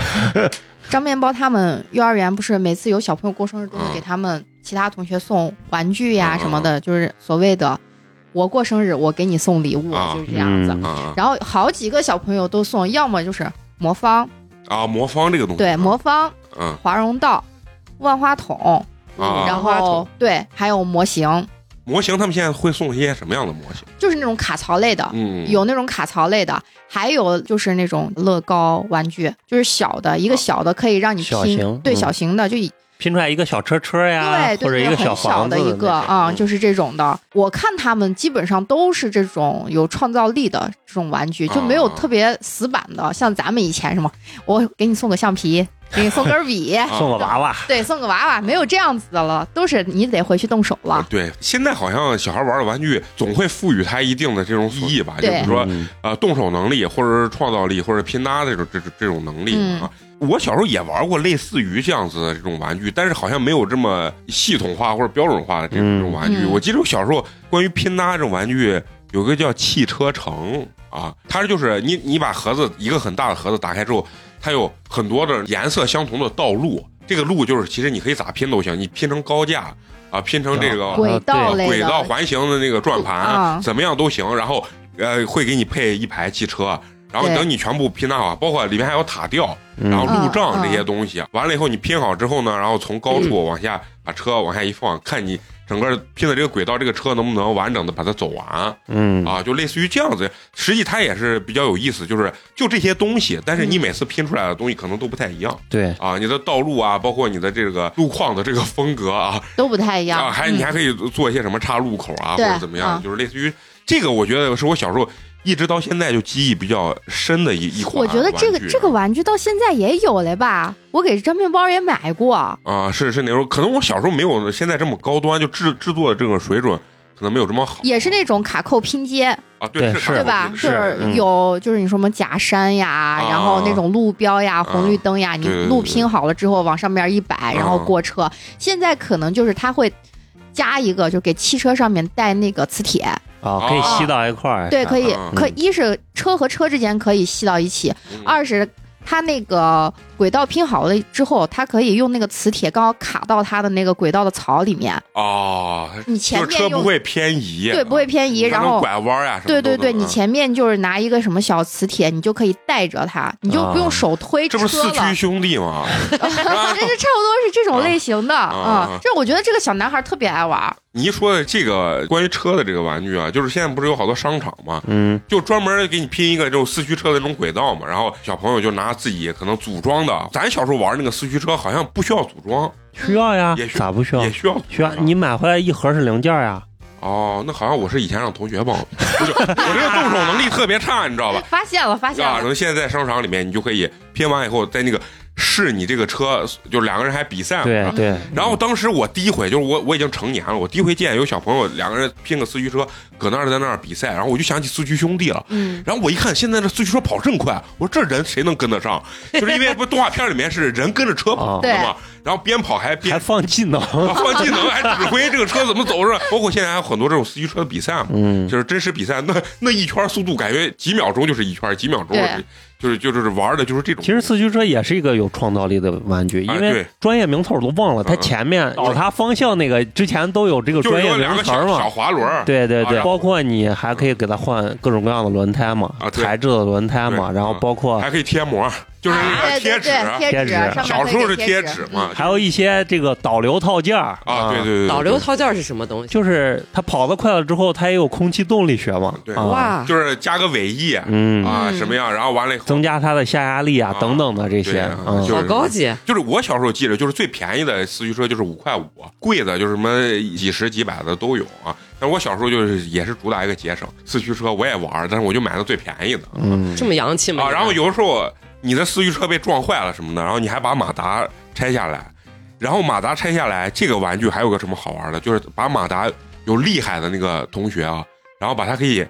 Speaker 3: 张面包他们幼儿园不是每次有小朋友过生日，都
Speaker 1: 嗯
Speaker 3: 会给他们其他同学送玩具呀
Speaker 1: 嗯
Speaker 3: 什么的，就是所谓的我过生日我给你送礼物，
Speaker 1: 啊
Speaker 3: 就是这样子。
Speaker 4: 嗯
Speaker 1: 啊
Speaker 3: 然后好几个小朋友都送，要么就是魔方，
Speaker 1: 啊，魔方这个东西，
Speaker 3: 对，魔方、
Speaker 1: 嗯
Speaker 3: 华容道、万花筒，
Speaker 1: 啊，
Speaker 3: 嗯然
Speaker 2: 万花
Speaker 3: 后
Speaker 2: 筒
Speaker 3: 对，还有模型，
Speaker 1: 模型他们现在会送一些什么样的模型？
Speaker 3: 就是那种卡槽类的，
Speaker 1: 嗯，
Speaker 3: 啊有那种卡槽类的，还有就是那种乐高玩具，就是小的
Speaker 1: 啊
Speaker 3: 一个小的可以让你
Speaker 4: 小
Speaker 3: 拼
Speaker 4: 型，
Speaker 3: 对
Speaker 4: 嗯
Speaker 3: 小型的就以
Speaker 4: 拼出来一个小车车呀，
Speaker 3: 对，
Speaker 4: 或者
Speaker 3: 对
Speaker 4: 一个
Speaker 3: 很小
Speaker 4: 房子
Speaker 3: 一
Speaker 4: 那
Speaker 3: 个
Speaker 4: 种
Speaker 3: 啊、就是这种的。我看他们基本上都是这种有创造力的这种玩具，就没有
Speaker 4: 哦
Speaker 1: 啊
Speaker 3: 特别死板的，像咱们以前什么，我给你送个橡皮，给你送根笔，
Speaker 4: 送个娃娃，
Speaker 3: 对，送个娃娃，没有这样子的了，都是你得回去动手了。
Speaker 1: 对，现在好像小孩玩的玩具总会赋予它一定的这种意义吧，就
Speaker 3: 对
Speaker 1: 比如说
Speaker 4: 嗯
Speaker 1: 呃动手能力，或者是创造力，或者拼搭这种这种这种能力
Speaker 3: 嗯
Speaker 1: 啊。我小时候也玩过类似于这样子的这种玩具，但是好像没有这么系统化或者标准化的这种
Speaker 4: 嗯
Speaker 1: 这种玩具。
Speaker 3: 嗯
Speaker 1: 我记得我小时候关于拼搭这种玩具，有个叫汽车城啊，它就是你你把盒子一个很大的盒子打开之后，它有很多的颜色相同的道路，这个路就是其实你可以咋拼都行，你拼成高架啊，拼成这个
Speaker 4: 啊
Speaker 3: 轨道
Speaker 4: 对嗯
Speaker 3: 类的，
Speaker 1: 轨道环形的那个转盘，
Speaker 3: 啊
Speaker 1: 怎么样都行。然后呃，会给你配一排汽车，然然后
Speaker 3: 对
Speaker 1: 等你全部拼搭好，包括里面还有塔吊，然后
Speaker 4: 嗯，
Speaker 1: 路障这些东西，完了以后你拼好之后呢，然后从高处往下把车往下一放，看你整个拼的这个轨道，这个车能不能完整的把它走完
Speaker 4: 嗯，
Speaker 1: 啊？就类似于这样子，实际它也是比较有意思，就是就这些东西，但
Speaker 4: 嗯
Speaker 1: 是你每次拼出来的东西可能都不太一样
Speaker 4: 对，
Speaker 1: 啊，你的道路啊，包括你的这个路况的这个风格啊，
Speaker 3: 都不太一样。嗯
Speaker 1: 啊，还你还可以做一些什么岔路口啊，或
Speaker 3: 对
Speaker 1: 者怎么样，
Speaker 3: 啊
Speaker 1: 就是类似于这个，我觉得是我小时候一直到现在就记忆比较深的一一款
Speaker 3: 我
Speaker 1: 玩具。啊
Speaker 3: 觉得这个这个玩具到现在也有嘞吧？我给张面包也买过，
Speaker 1: 啊，是是那时候，可能我小时候没有现在这么高端，就制制作的这个水准可能没有这么好。
Speaker 3: 也是那种卡扣拼接，
Speaker 1: 啊，
Speaker 4: 对
Speaker 1: 对
Speaker 4: 是
Speaker 1: 是
Speaker 3: 对吧？
Speaker 1: 是啊
Speaker 3: 就
Speaker 4: 嗯
Speaker 3: 是有就是你说什么假山呀，然后那种路标呀、红绿灯呀，你
Speaker 1: 对对对啊
Speaker 3: 路拼好了之后往上面一摆，然后过车。现在可能就是它会。加一个，就给汽车上面带那个磁铁，
Speaker 4: 啊，可以吸到一块儿，
Speaker 3: 对，可以
Speaker 1: 嗯，
Speaker 3: 可一是车和车之间可以系到一起，
Speaker 1: 嗯
Speaker 3: 二是它那个轨道拼好了之后，它可以用那个磁铁刚好卡到它的那个轨道的槽里面，
Speaker 1: 哦，
Speaker 3: 你
Speaker 1: 就
Speaker 3: 前
Speaker 1: 是
Speaker 3: 面
Speaker 1: 车不
Speaker 3: 用
Speaker 1: 会啊嗯偏移，
Speaker 3: 对不会偏移，
Speaker 1: 你还
Speaker 3: 然
Speaker 1: 能
Speaker 3: 后
Speaker 1: 拐弯呀什么
Speaker 3: 对
Speaker 1: 都能。
Speaker 3: 对对，你
Speaker 1: 嗯
Speaker 3: 前面就是拿一个什么小磁铁，你就可以带着它，你就不用手推车
Speaker 1: 啊这
Speaker 3: 了。
Speaker 1: 不是四 驱兄弟吗？ 啊
Speaker 3: 这是差不多是这种类型的
Speaker 1: 啊
Speaker 3: 嗯。这我觉得这个小男孩特别爱玩，
Speaker 1: 你一说的这个关于车的这个玩具啊，就是现在不是有好多商场吗？
Speaker 4: 嗯，
Speaker 1: 就专门给你拼一个这种四驱车的那种轨道嘛，然后小朋友就拿自己可能组装的。咱小时候玩那个四驱车好像不需要组装，
Speaker 4: 需要呀
Speaker 1: 也，需
Speaker 4: 咋不需要
Speaker 1: 也？需要组装
Speaker 4: 需要你买回来一盒是零件呀，
Speaker 1: 哦，那好像我是以前让同学帮我，不是我这个动手能力特别差，你知道 吧？
Speaker 3: 哎发现了，发现
Speaker 1: 啊，
Speaker 3: 了
Speaker 1: 然。后现在在商场里面，你就可以拼完以后，在那个试你这个车，就是两个人还比赛嘛。
Speaker 4: 对对，
Speaker 1: 嗯然后当时我第一回就是我我已经成年了，我第一回见有小朋友两个人拼个四驱车，搁那儿在那儿比赛，然后我就想起四驱兄弟了。
Speaker 3: 嗯，
Speaker 1: 然后我一看，现在这四驱车跑这么快，我说这人谁能跟得 上？就是因为不动画片里面是人跟着车
Speaker 4: 哦
Speaker 1: 跑的嘛，然后边跑还
Speaker 4: 还
Speaker 1: 边
Speaker 4: 放技能，
Speaker 1: 放技能，还指挥这个车怎么走 着。包括现在还有很多这种四驱车的比赛嘛，
Speaker 4: 嗯，
Speaker 1: 就是真实比赛，那那一圈速度感觉几秒钟就是一圈，几秒钟
Speaker 3: 对
Speaker 1: 就是就是就是玩的就是这种。
Speaker 4: 其实四驱车也是一个有创造力的玩具，
Speaker 1: 哎
Speaker 4: 因为
Speaker 1: 对
Speaker 4: 专业名词我都忘了，它
Speaker 1: 嗯嗯
Speaker 4: 前面有它方向那个之前都有这个
Speaker 1: 就是
Speaker 4: 专业
Speaker 1: 有两
Speaker 4: 名
Speaker 1: 个
Speaker 4: 词儿
Speaker 1: 小小
Speaker 4: 嘛。
Speaker 1: 滑轮儿，
Speaker 4: 对对对，
Speaker 1: 啊
Speaker 4: 包括你还可以给它换各种各样的轮胎嘛，
Speaker 1: 啊对
Speaker 4: 材质的轮胎嘛，
Speaker 1: 对嗯
Speaker 4: 然后包括
Speaker 1: 还可以贴膜，就是那
Speaker 3: 啊
Speaker 1: 个
Speaker 3: 对对
Speaker 1: 贴纸。
Speaker 3: 对
Speaker 4: 贴
Speaker 3: 贴
Speaker 4: 纸
Speaker 3: 纸，上面
Speaker 1: 小时候
Speaker 3: 可
Speaker 1: 是
Speaker 3: 以贴
Speaker 1: 纸
Speaker 3: 嗯
Speaker 1: 嘛，
Speaker 4: 还有一些这个导流套件儿
Speaker 1: 啊，对对，对，对
Speaker 2: 导流套件是什么东西？
Speaker 4: 就是它跑得快了之后，它也有空气动力学嘛，
Speaker 1: 对
Speaker 4: 啊，
Speaker 2: 哇，
Speaker 1: 就是加个尾翼啊
Speaker 4: 嗯，
Speaker 3: 嗯
Speaker 1: 什么样，然后完了以后
Speaker 4: 增加它的下压力啊
Speaker 1: 啊
Speaker 4: 等等的这些
Speaker 1: 对
Speaker 4: 啊
Speaker 1: 啊，
Speaker 4: 嗯
Speaker 1: 就
Speaker 2: 好
Speaker 1: 是
Speaker 2: 高级！
Speaker 1: 就是我小时候记着，就是最便宜的四驱车就是五块五，贵的就是什么几十几百的都有啊。但我小时候就是也是主打一个节省，四驱车我也玩，但是我就买的最便宜的
Speaker 4: 嗯
Speaker 2: 这么洋气吗？
Speaker 1: 啊。然后有的时候你的四驱车被撞坏了什么的，然后你还把马达拆下来，然后马达拆下来这个玩具还有个什么好玩的，就是把马达有厉害的那个同学啊，然后把它可以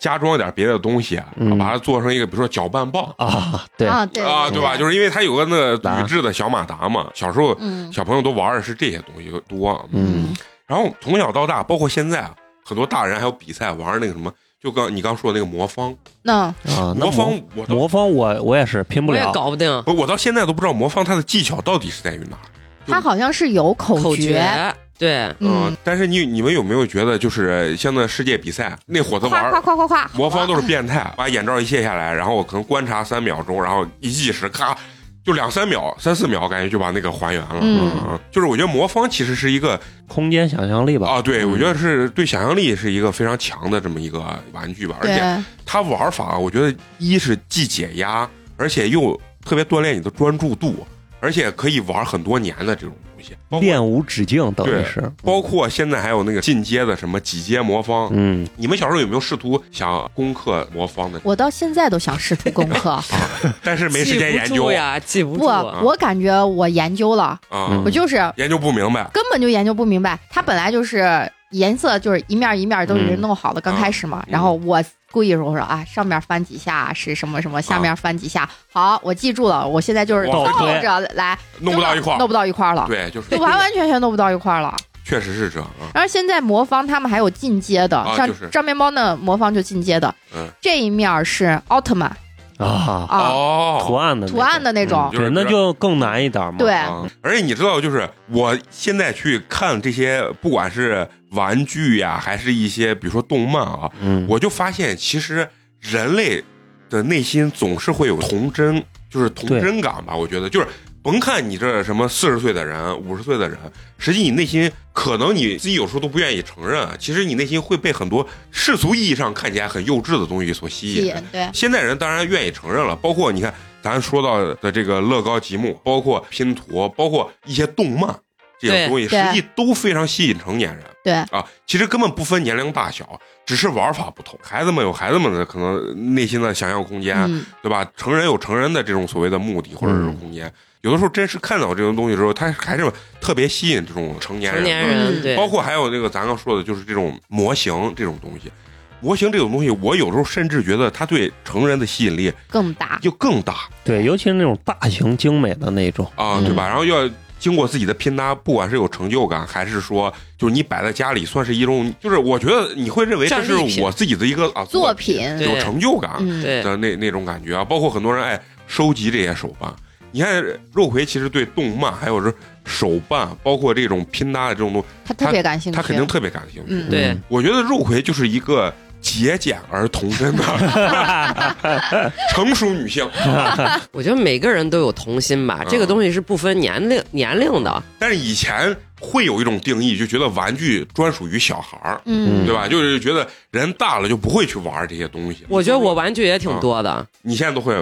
Speaker 1: 加装一点别的东西，啊
Speaker 4: 嗯
Speaker 1: 把它做成一个比如说搅拌棒。
Speaker 4: 啊，对，
Speaker 3: 啊，对
Speaker 1: 啊，对吧？就是因为它有个那
Speaker 4: 达
Speaker 1: 个铝制的小马达嘛，小时候
Speaker 3: 嗯
Speaker 1: 小朋友都玩的是这些东西多。啊
Speaker 4: 嗯，
Speaker 1: 然后从小到大，包括现在啊，很多大人还有比赛玩那个什么，就刚你刚说的那个魔方，
Speaker 3: 那
Speaker 4: 啊，那
Speaker 1: 魔方我到
Speaker 4: 魔方我我也是拼不
Speaker 2: 我也
Speaker 4: 了，
Speaker 2: 搞不定
Speaker 1: 不，我到现在都不知道魔方它的技巧到底是在于哪儿。
Speaker 3: 他好像是有口
Speaker 2: 口诀，对，
Speaker 3: 嗯，
Speaker 1: 啊但是你你们有没有觉得，就是像那世界比赛那伙子玩
Speaker 3: 夸夸
Speaker 1: 儿
Speaker 3: 夸夸夸，
Speaker 1: 魔方都是变态，把眼罩一卸下来，然后我可能观察三秒钟，然后一计时，咔，就两三秒、三四秒，感觉就把那个还原了。
Speaker 3: 嗯
Speaker 1: 就是我觉得魔方其实是一个
Speaker 4: 空间想象力吧，
Speaker 1: 啊，对，
Speaker 4: 嗯
Speaker 1: 我觉得是对想象力是一个非常强的这么一个玩具吧，而且
Speaker 3: 对，
Speaker 1: 它玩法，我觉得一是既解压，而且又特别锻炼你的专注度，而且可以玩很多年的这种东西，包括
Speaker 4: 练无止境等于
Speaker 1: 对
Speaker 4: 是，
Speaker 1: 包括现在还有那个进阶的什么几阶魔方，
Speaker 4: 嗯，
Speaker 1: 你们小时候有没有试图想攻克魔方的？
Speaker 3: 我到现在都想试图攻 克，
Speaker 1: 但是没时间研
Speaker 2: 记不
Speaker 1: 究
Speaker 2: 住呀，记不住。
Speaker 3: 我我感觉我研究了，
Speaker 1: 啊，
Speaker 3: 我就是
Speaker 1: 研究不明白。
Speaker 3: 根本就研究不明白，它本来就是颜色就是一面一面都给人弄好的，刚开始嘛。
Speaker 1: 嗯
Speaker 3: 然后我故意我说啊，上面翻几下是什么什么，下面翻几下。好，我记住了，我现在就是
Speaker 1: 哇
Speaker 3: 倒着来，
Speaker 1: 弄不到一块儿
Speaker 3: 弄不到一块儿了，
Speaker 1: 对，就是
Speaker 3: 就完完全全弄不到一块儿了。
Speaker 1: 确实是这样啊。
Speaker 3: 然后现在魔方他们还有进阶的，
Speaker 1: 啊
Speaker 3: 像
Speaker 1: 就是
Speaker 3: 张面包那魔方就进阶的，
Speaker 1: 嗯
Speaker 3: 这一面是奥特曼
Speaker 4: 啊，
Speaker 3: 啊，
Speaker 1: 哦，
Speaker 4: 图案的
Speaker 3: 图案的那种
Speaker 1: 嗯，
Speaker 4: 对，那就更难一点嘛。
Speaker 3: 对
Speaker 1: 啊，而且你知道，就是我现在去看这些，不管是玩具呀，还是一些比如说动漫啊，
Speaker 4: 嗯，
Speaker 1: 我就发现其实人类的内心总是会有童真，就是童
Speaker 4: 对
Speaker 1: 真感吧。我觉得就是。甭看你这什么四十岁的人、五十岁的人，实际你内心可能你自己有时候都不愿意承认，啊其实你内心会被很多世俗意义上看起来很幼稚的东西所吸引。啊
Speaker 3: 点对，
Speaker 1: 现在人当然愿意承认了，包括你看咱说到的这个乐高积木，包括拼图，包括一些动漫这种
Speaker 2: 对
Speaker 1: 东西，实
Speaker 3: 对
Speaker 1: 际都非常吸引成年人。
Speaker 3: 对
Speaker 1: 啊，其实根本不分年龄大小，只是玩法不同。孩子们有孩子们的可能内心的想象空间，
Speaker 3: 嗯，
Speaker 1: 对吧？成人有成人的这种所谓的目的或者是空间。有的时候真是看到这种东西之后，他还是特别吸引这种成年人
Speaker 2: 成
Speaker 1: 的。
Speaker 2: 年
Speaker 3: 嗯
Speaker 2: 人对，
Speaker 1: 包括还有那个咱刚说的，就是这种模型这种东西。模型这种东西，我有时候甚至觉得它对成人的吸引力
Speaker 3: 更大，
Speaker 1: 就更大
Speaker 4: 对，尤其是那种大型精美的那种，
Speaker 1: 啊，
Speaker 3: 嗯
Speaker 1: 对吧？然后要经过自己的拼搭，不管是有成就感，还是说就是你摆在家里，算是一种，就是我觉得你会认为这
Speaker 2: 战利品
Speaker 1: 是我自己的一个啊
Speaker 3: 作品
Speaker 2: 对
Speaker 1: 有成就感
Speaker 3: 嗯，
Speaker 2: 对
Speaker 1: 的那那种感觉啊。包括很多人爱收集这些手办，你看肉葵其实对动漫还有是手办，包括这种拼搭的这种东西，
Speaker 3: 他特别感兴趣，
Speaker 1: 他肯定特别感兴趣。
Speaker 3: 嗯，
Speaker 2: 对
Speaker 1: 我觉得肉葵就是一个节俭而童真的 成熟女性，
Speaker 2: 我觉得每个人都有童心吧，
Speaker 1: 嗯
Speaker 2: 这个东西是不分年龄年龄的，
Speaker 1: 但是以前会有一种定义，就觉得玩具专属于小孩儿，
Speaker 3: 嗯，
Speaker 1: 对吧？就是觉得人大了就不会去玩这些东西。
Speaker 2: 我觉得我玩具也挺多的，
Speaker 1: 你现在都会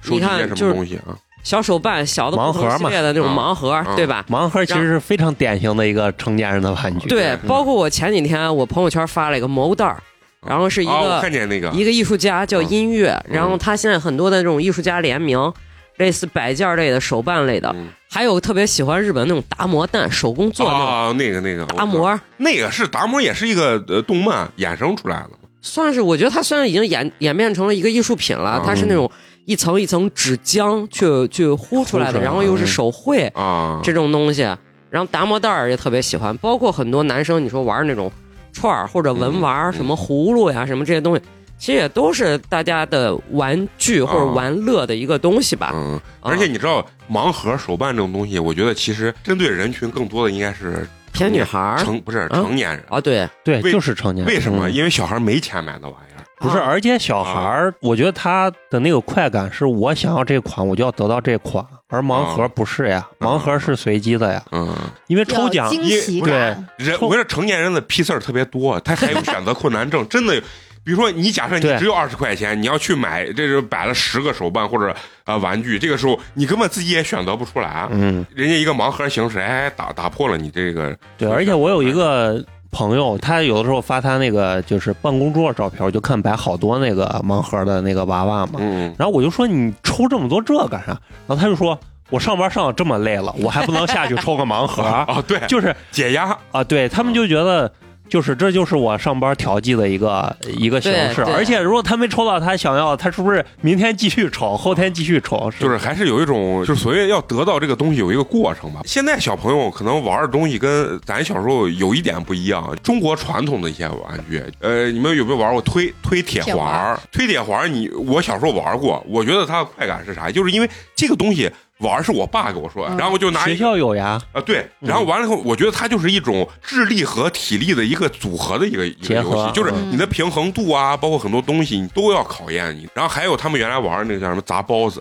Speaker 1: 收集一些
Speaker 2: 你看
Speaker 1: 什
Speaker 2: 就
Speaker 1: 么
Speaker 2: 是
Speaker 1: 东西啊？
Speaker 2: 小手办、小的不
Speaker 4: 盲盒
Speaker 2: 同
Speaker 4: 嘛
Speaker 2: 系列的那种
Speaker 1: 嗯
Speaker 2: 盲盒，
Speaker 1: 嗯
Speaker 2: 对吧？
Speaker 4: 盲盒其实是非常典型的一个成年人的玩具。
Speaker 2: 对，
Speaker 1: 嗯
Speaker 2: 包括我前几天我朋友圈发了一个蘑菇袋儿，然后是一
Speaker 1: 啊，我
Speaker 2: 个
Speaker 1: 看见那嗯个
Speaker 2: 一个艺术家叫音乐，然后他现在很多的这种艺术家联名，类似摆件儿类的、手办类的
Speaker 1: 嗯，
Speaker 2: 还有特别喜欢日本那种达摩蛋，手工做的那种
Speaker 1: 啊，那个那个
Speaker 2: 达，
Speaker 1: 我知道
Speaker 2: 摩，
Speaker 1: 那个是达摩，也是一个呃动漫衍生出来的。
Speaker 2: 算是我觉得它虽然已经演演变成了一个艺术品了
Speaker 1: 嗯，
Speaker 2: 它是那种一层一层纸浆去去糊出来
Speaker 4: 糊出
Speaker 2: 的，
Speaker 4: 来
Speaker 2: 然后又是手绘
Speaker 1: 啊，
Speaker 2: 这种东西。然后达摩袋儿也特别喜欢，包括很多男生，你说玩那种串儿或者文玩儿，
Speaker 1: 嗯
Speaker 2: 什么葫芦呀，什么这些东西，其实也都是大家的玩具或者
Speaker 1: 啊
Speaker 2: 玩乐的一个东西吧。
Speaker 1: 嗯，
Speaker 2: 啊
Speaker 1: 而且你知道盲盒手办这种东西，我觉得其实针对人群更多的应该是
Speaker 2: 偏女孩儿
Speaker 1: 成不是
Speaker 2: 嗯
Speaker 1: 成年人。
Speaker 2: 啊，对，
Speaker 4: 对，
Speaker 1: 为
Speaker 4: 就是成年人。
Speaker 1: 为什么？
Speaker 4: 嗯
Speaker 1: 因为小孩没钱买那玩意儿。
Speaker 4: 不是，
Speaker 2: 啊
Speaker 4: 而且小孩儿，我觉得他的那个快感是我想要这款，我就要得到这款，而盲盒不是呀，
Speaker 1: 嗯
Speaker 4: 盲盒是随机的呀，
Speaker 1: 嗯，
Speaker 4: 因为
Speaker 3: 比较
Speaker 4: 抽奖
Speaker 3: 惊喜感，
Speaker 1: 人
Speaker 4: 抽
Speaker 1: 我跟你说，成年人的屁事儿特别多，他还有选择困难症，真的有。比如说，你假设你
Speaker 4: 对
Speaker 1: 只有二十块钱，你要去买，这是摆了十个手办或者呃玩具，这个时候你根本自己也选择不出来。啊
Speaker 4: 嗯，
Speaker 1: 人家一个盲盒形式，哎，打打破了你这个
Speaker 4: 对，而且我有一个朋友，他有的时候发他那个就是办公桌的照片，我就看摆好多那个盲盒的那个娃娃嘛，
Speaker 1: 嗯，
Speaker 4: 然后我就说你抽这么多这干啥？然后他就说我上班上的这么累了，我还不能下去抽个盲 盒，
Speaker 1: 啊，对，
Speaker 4: 就是
Speaker 1: 解压，
Speaker 4: 啊，对他们就觉得。就是，这就是我上班调剂的一个一个形
Speaker 2: 对
Speaker 4: 式，
Speaker 2: 对
Speaker 4: 而且如果他没抽到他想要，他是不是明天继续抽，后天继续抽？
Speaker 1: 就是是还是有一种，就是所谓要得到这个东西有一个过程吧。现在小朋友可能玩的东西跟咱小时候有一点不一样，中国传统的一些玩具，呃，你们有没有玩过推推铁
Speaker 3: 铁环
Speaker 1: 环儿？推铁环儿你，我小时候玩过，我觉得它的快感是啥？就是因为这个东西玩儿是我爸给我说的，
Speaker 3: 嗯
Speaker 1: 然后我就拿
Speaker 4: 学
Speaker 1: 一
Speaker 4: 校嗯有呀，
Speaker 1: 啊对，然后完了以后，我觉得它就是一种智力和体力的一个组合的一个一个
Speaker 4: 结合
Speaker 1: 游戏，就是
Speaker 3: 嗯
Speaker 1: 你的平衡度啊，包括很多东西你都要考验你。然后还有他们原来玩儿那个叫什么砸包子、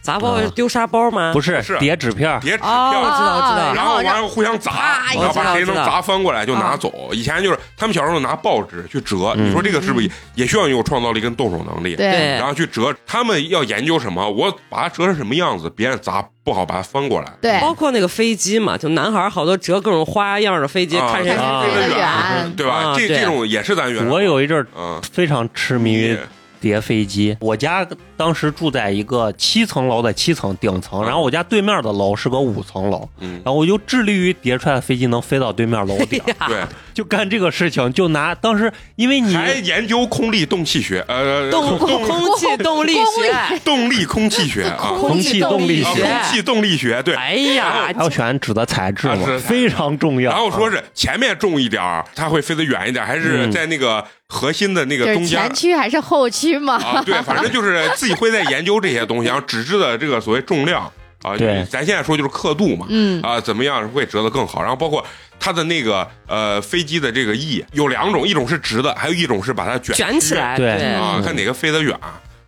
Speaker 2: 砸包
Speaker 4: 啊
Speaker 2: 丢沙包吗？
Speaker 4: 不
Speaker 2: 是，
Speaker 4: 是
Speaker 1: 是
Speaker 4: 叠纸片儿，
Speaker 1: 叠纸票
Speaker 2: 哦
Speaker 1: 子
Speaker 2: 我知道我知
Speaker 3: 啊
Speaker 2: 道
Speaker 1: 然后完了互相砸
Speaker 3: 啪，
Speaker 1: 然后把谁能砸翻过来就拿
Speaker 2: 啊
Speaker 1: 走。以前就是他们小时候拿报纸去折，
Speaker 4: 嗯
Speaker 1: 你说这个是不是也需要有创造力跟动手能力？
Speaker 3: 对
Speaker 2: 对
Speaker 1: 然后去折，他们要研究什么，我把它折成什么样子，别人砸不好把它翻过来。
Speaker 3: 对，
Speaker 2: 包括那个飞机嘛，就男孩儿好多折各种花样的飞机，
Speaker 1: 啊
Speaker 2: 看谁
Speaker 3: 看
Speaker 1: 对
Speaker 3: 谁飞得
Speaker 1: 对
Speaker 3: 远，
Speaker 1: 对吧？
Speaker 2: 啊
Speaker 1: 这
Speaker 2: 对
Speaker 1: 这种也是咱原来
Speaker 4: 我有一阵儿
Speaker 1: 嗯，
Speaker 4: 非常痴迷于叠飞机。我家当时住在一个七层楼的七层顶层，然后我家对面的楼是个五层楼，
Speaker 1: 嗯
Speaker 4: 然，后我就致力于叠出来的飞机能飞到对面楼 顶，
Speaker 1: 对，
Speaker 4: 就干这个事情，就拿当时因为你
Speaker 1: 还研究空力动气学，呃，
Speaker 2: 动
Speaker 1: 动
Speaker 2: 空气动力
Speaker 3: 公
Speaker 2: 学，
Speaker 1: 动力空气学啊，
Speaker 3: 空
Speaker 4: 空气动力
Speaker 1: 啊
Speaker 2: 气
Speaker 4: 学，
Speaker 1: 空气动力学，对，
Speaker 2: 哎
Speaker 4: 还要
Speaker 2: 呀，
Speaker 4: 选纸的材质
Speaker 1: 啊
Speaker 4: 嘛
Speaker 1: 纸的，材质
Speaker 4: 非常重要。
Speaker 1: 然后说
Speaker 4: 啊嗯
Speaker 1: 是前面重一点儿，它会飞得远一点儿，还是在那个核心的那
Speaker 3: 就
Speaker 1: 个
Speaker 3: 是
Speaker 1: 中间儿
Speaker 3: 前驱还是后驱嘛？
Speaker 1: 啊？对，反正就是自己会在研究这些东西，然后纸质的这个所谓重量啊，
Speaker 4: 对
Speaker 1: 咱现在说就是刻度嘛，
Speaker 3: 嗯，
Speaker 1: 啊，怎么样会折得更好？然后包括它的那个呃飞机的这个翼有两种，一种是直的，还有一种是把它卷
Speaker 2: 卷起来，
Speaker 4: 对
Speaker 2: 对
Speaker 1: 啊，
Speaker 4: 嗯
Speaker 1: 看哪个飞得远。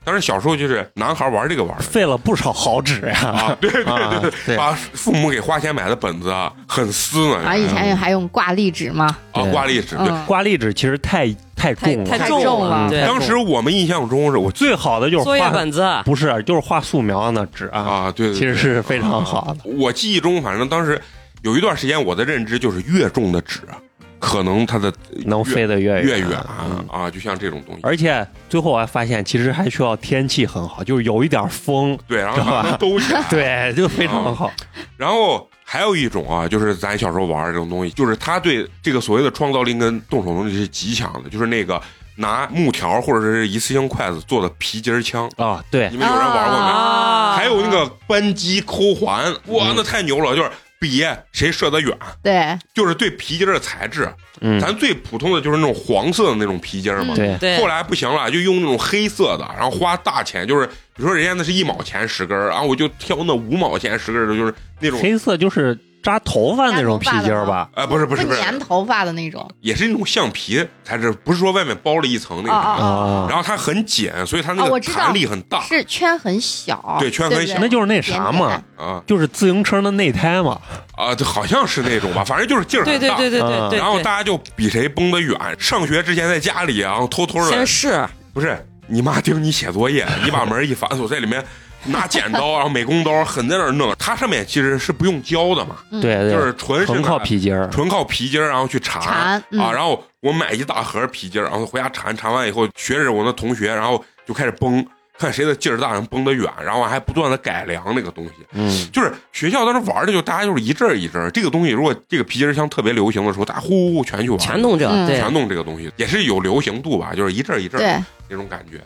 Speaker 1: 但是小时候就是男孩玩这个玩的。
Speaker 4: 费了不少好纸 呀。
Speaker 1: 对对
Speaker 4: 啊
Speaker 1: 对
Speaker 4: 对
Speaker 1: 把父母给花钱买的本子啊，很撕呢，嗯
Speaker 3: 啊，以前还用挂历纸嘛，
Speaker 1: 啊，
Speaker 4: 对
Speaker 1: 挂历纸。对，
Speaker 3: 嗯，
Speaker 4: 挂历纸其实太太
Speaker 2: 太
Speaker 4: 重了，
Speaker 2: 太
Speaker 3: 重了
Speaker 2: 了，对
Speaker 4: 太重
Speaker 1: 当时我们印象中是我
Speaker 4: 最好的就是
Speaker 2: 作业
Speaker 4: 画，
Speaker 2: 本子
Speaker 4: 不是就是画素描的纸啊，
Speaker 1: 啊，对，对
Speaker 4: 其实是非常好的。
Speaker 1: 我记忆中，反正当时有一段时间，我的认知就是越重的纸，啊可能它的
Speaker 4: 能飞得越
Speaker 1: 越
Speaker 4: 远
Speaker 1: 远啊啊，就像这种东西。
Speaker 4: 而且最后我还发现，其实还需要天气很好，就是有一点风，
Speaker 1: 对，然后把它兜起来。，
Speaker 4: 对，就非常好。
Speaker 1: 然后还有一种啊，就是咱小时候玩这种东西，就是他对这个所谓的创造力跟动手能力是极强的，就是那个拿木条或者是一次性筷子做的皮筋儿枪，
Speaker 4: 啊，对
Speaker 1: 你，们有人玩过没？
Speaker 3: 哦
Speaker 2: 啊，
Speaker 1: 还有那个扳机扣环，哇，
Speaker 4: 嗯
Speaker 1: 那太牛了！就是比谁射得远，
Speaker 3: 对，
Speaker 1: 就是对皮筋儿的材质，啊
Speaker 4: 嗯，
Speaker 1: 咱最普通的就是那种黄色的那种皮筋儿嘛。
Speaker 3: 嗯
Speaker 4: 对，
Speaker 2: 对
Speaker 1: 后来不行了，就用那种黑色的，然后花大钱，就是比如说人家那是一毛钱十根儿，然后我就挑那五毛钱十根儿的，就是那种，
Speaker 4: 黑色就是扎头发那种皮筋儿吧？
Speaker 1: 哎，不是不是不是，
Speaker 3: 粘头发的那种，
Speaker 1: 也是那种橡皮材质，不是说外面包了一层那个
Speaker 3: 哦
Speaker 1: 啥，
Speaker 3: 哦
Speaker 4: 啊，
Speaker 1: 然后它很紧，所以它那
Speaker 3: 啊
Speaker 1: 个
Speaker 3: 我知道
Speaker 1: 弹力很大
Speaker 3: 是圈很小，
Speaker 1: 对圈很
Speaker 3: 不
Speaker 1: 小
Speaker 4: 那就是那啥嘛，
Speaker 1: 啊
Speaker 4: 就是自行车的内胎嘛。
Speaker 1: 啊，就好像是那种吧，反正就是劲儿很
Speaker 2: 对对
Speaker 1: 大。
Speaker 2: 对对对
Speaker 4: 嗯
Speaker 2: 对，
Speaker 1: 然后
Speaker 2: 对
Speaker 1: 大家就比谁崩得远。上学之前在家里啊，然后偷偷的
Speaker 2: 先试，
Speaker 1: 不是你妈盯你写作 业，你把门一反锁，在里面拿剪刀，然后美工刀狠在那儿弄。它上面其实是不用胶的嘛，
Speaker 3: 嗯
Speaker 4: 对对，
Speaker 1: 就是纯是
Speaker 4: 纯
Speaker 1: 拿
Speaker 4: 靠，皮筋儿。
Speaker 1: 纯靠皮筋儿，然后去缠
Speaker 3: 缠嗯
Speaker 1: 啊。然后我买一大盒皮筋儿，然后回家缠，缠完以后学着我那同学，然后就开始崩，看谁的劲儿大，能崩得远，然后还不断的改良那个东西。
Speaker 4: 嗯，
Speaker 1: 就是学校当时玩的，就大家就是一阵儿一阵儿。这个东西如果这个皮筋儿枪特别流行的时候，大家呼呼呼全去玩，
Speaker 2: 全弄着，
Speaker 3: 嗯
Speaker 2: 对
Speaker 1: 全弄这个东西，也是有流行度吧，就是一阵儿一阵儿。
Speaker 3: 对，
Speaker 1: 那种感觉。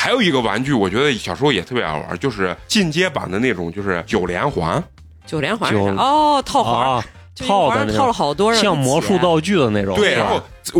Speaker 1: 还有一个玩具，我觉得小时候也特别爱玩，就是进阶版的那种，就是九连环。
Speaker 2: 九连环是
Speaker 4: 九
Speaker 2: 啥哦，套环
Speaker 4: 啊，
Speaker 2: 就一环
Speaker 4: 套的那种
Speaker 2: 套了好多人，
Speaker 4: 像魔术道具的那种。
Speaker 1: 对，
Speaker 4: 哦是吧
Speaker 1: 然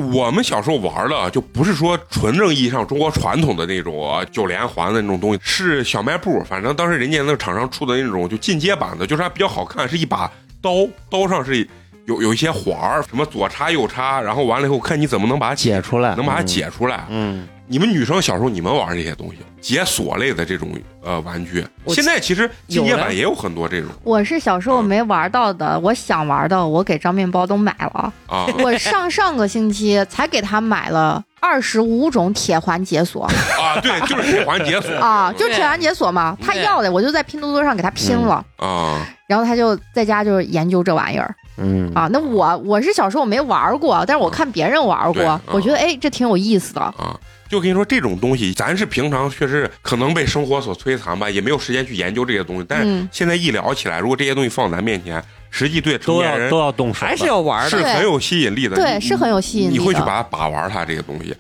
Speaker 1: 后我们小时候玩的就不是说纯正意义上中国传统的那种啊九连环的那种东西，是小卖部，反正当时人家那个厂商出的那种就进阶版的，就是它比较好看，是一把刀，刀上是有有一些环儿，什么左插右插，然后完了以后看你怎么能把它解，
Speaker 4: 解出来
Speaker 1: 能把它。解出来。
Speaker 4: 嗯，
Speaker 1: 你们女生小时候你们玩这些东西，解锁类的这种呃玩具，
Speaker 2: 我
Speaker 1: 现在其实进阶
Speaker 2: 有了
Speaker 1: 版也有很多这种
Speaker 3: 我是小时候没玩到的，我想玩的，我给张面包都买了。
Speaker 1: 啊。
Speaker 3: 我上上个星期才给他买了二十五种铁环解锁
Speaker 1: 啊， 对，就是铁环解锁
Speaker 3: 啊，就是铁环解锁嘛，他要的我就在拼多多上给他拼了，
Speaker 1: 啊，
Speaker 3: 然后他就在家就是研究这玩意儿
Speaker 4: 嗯
Speaker 3: 啊。那我我是小时候没玩过，但是我看别人玩
Speaker 1: 嗯对
Speaker 3: 过
Speaker 1: 嗯，
Speaker 3: 我觉得哎这挺有意思的，
Speaker 1: 啊。就跟你说，这种东西，咱是平常确实可能被生活所摧残吧，也没有时间去研究这些东西。但是
Speaker 3: 嗯
Speaker 1: 现在一聊起来，如果这些东西放咱面前，实际对成
Speaker 4: 都
Speaker 1: 年
Speaker 4: 要
Speaker 1: 人
Speaker 4: 都要动手的，
Speaker 2: 还是要玩
Speaker 1: 是
Speaker 2: 的，
Speaker 3: 对
Speaker 1: 很有吸引力的。
Speaker 3: 对，
Speaker 1: 你
Speaker 3: 是很有吸引
Speaker 1: 你
Speaker 3: 力的。
Speaker 1: 会去把它把玩它这个东西，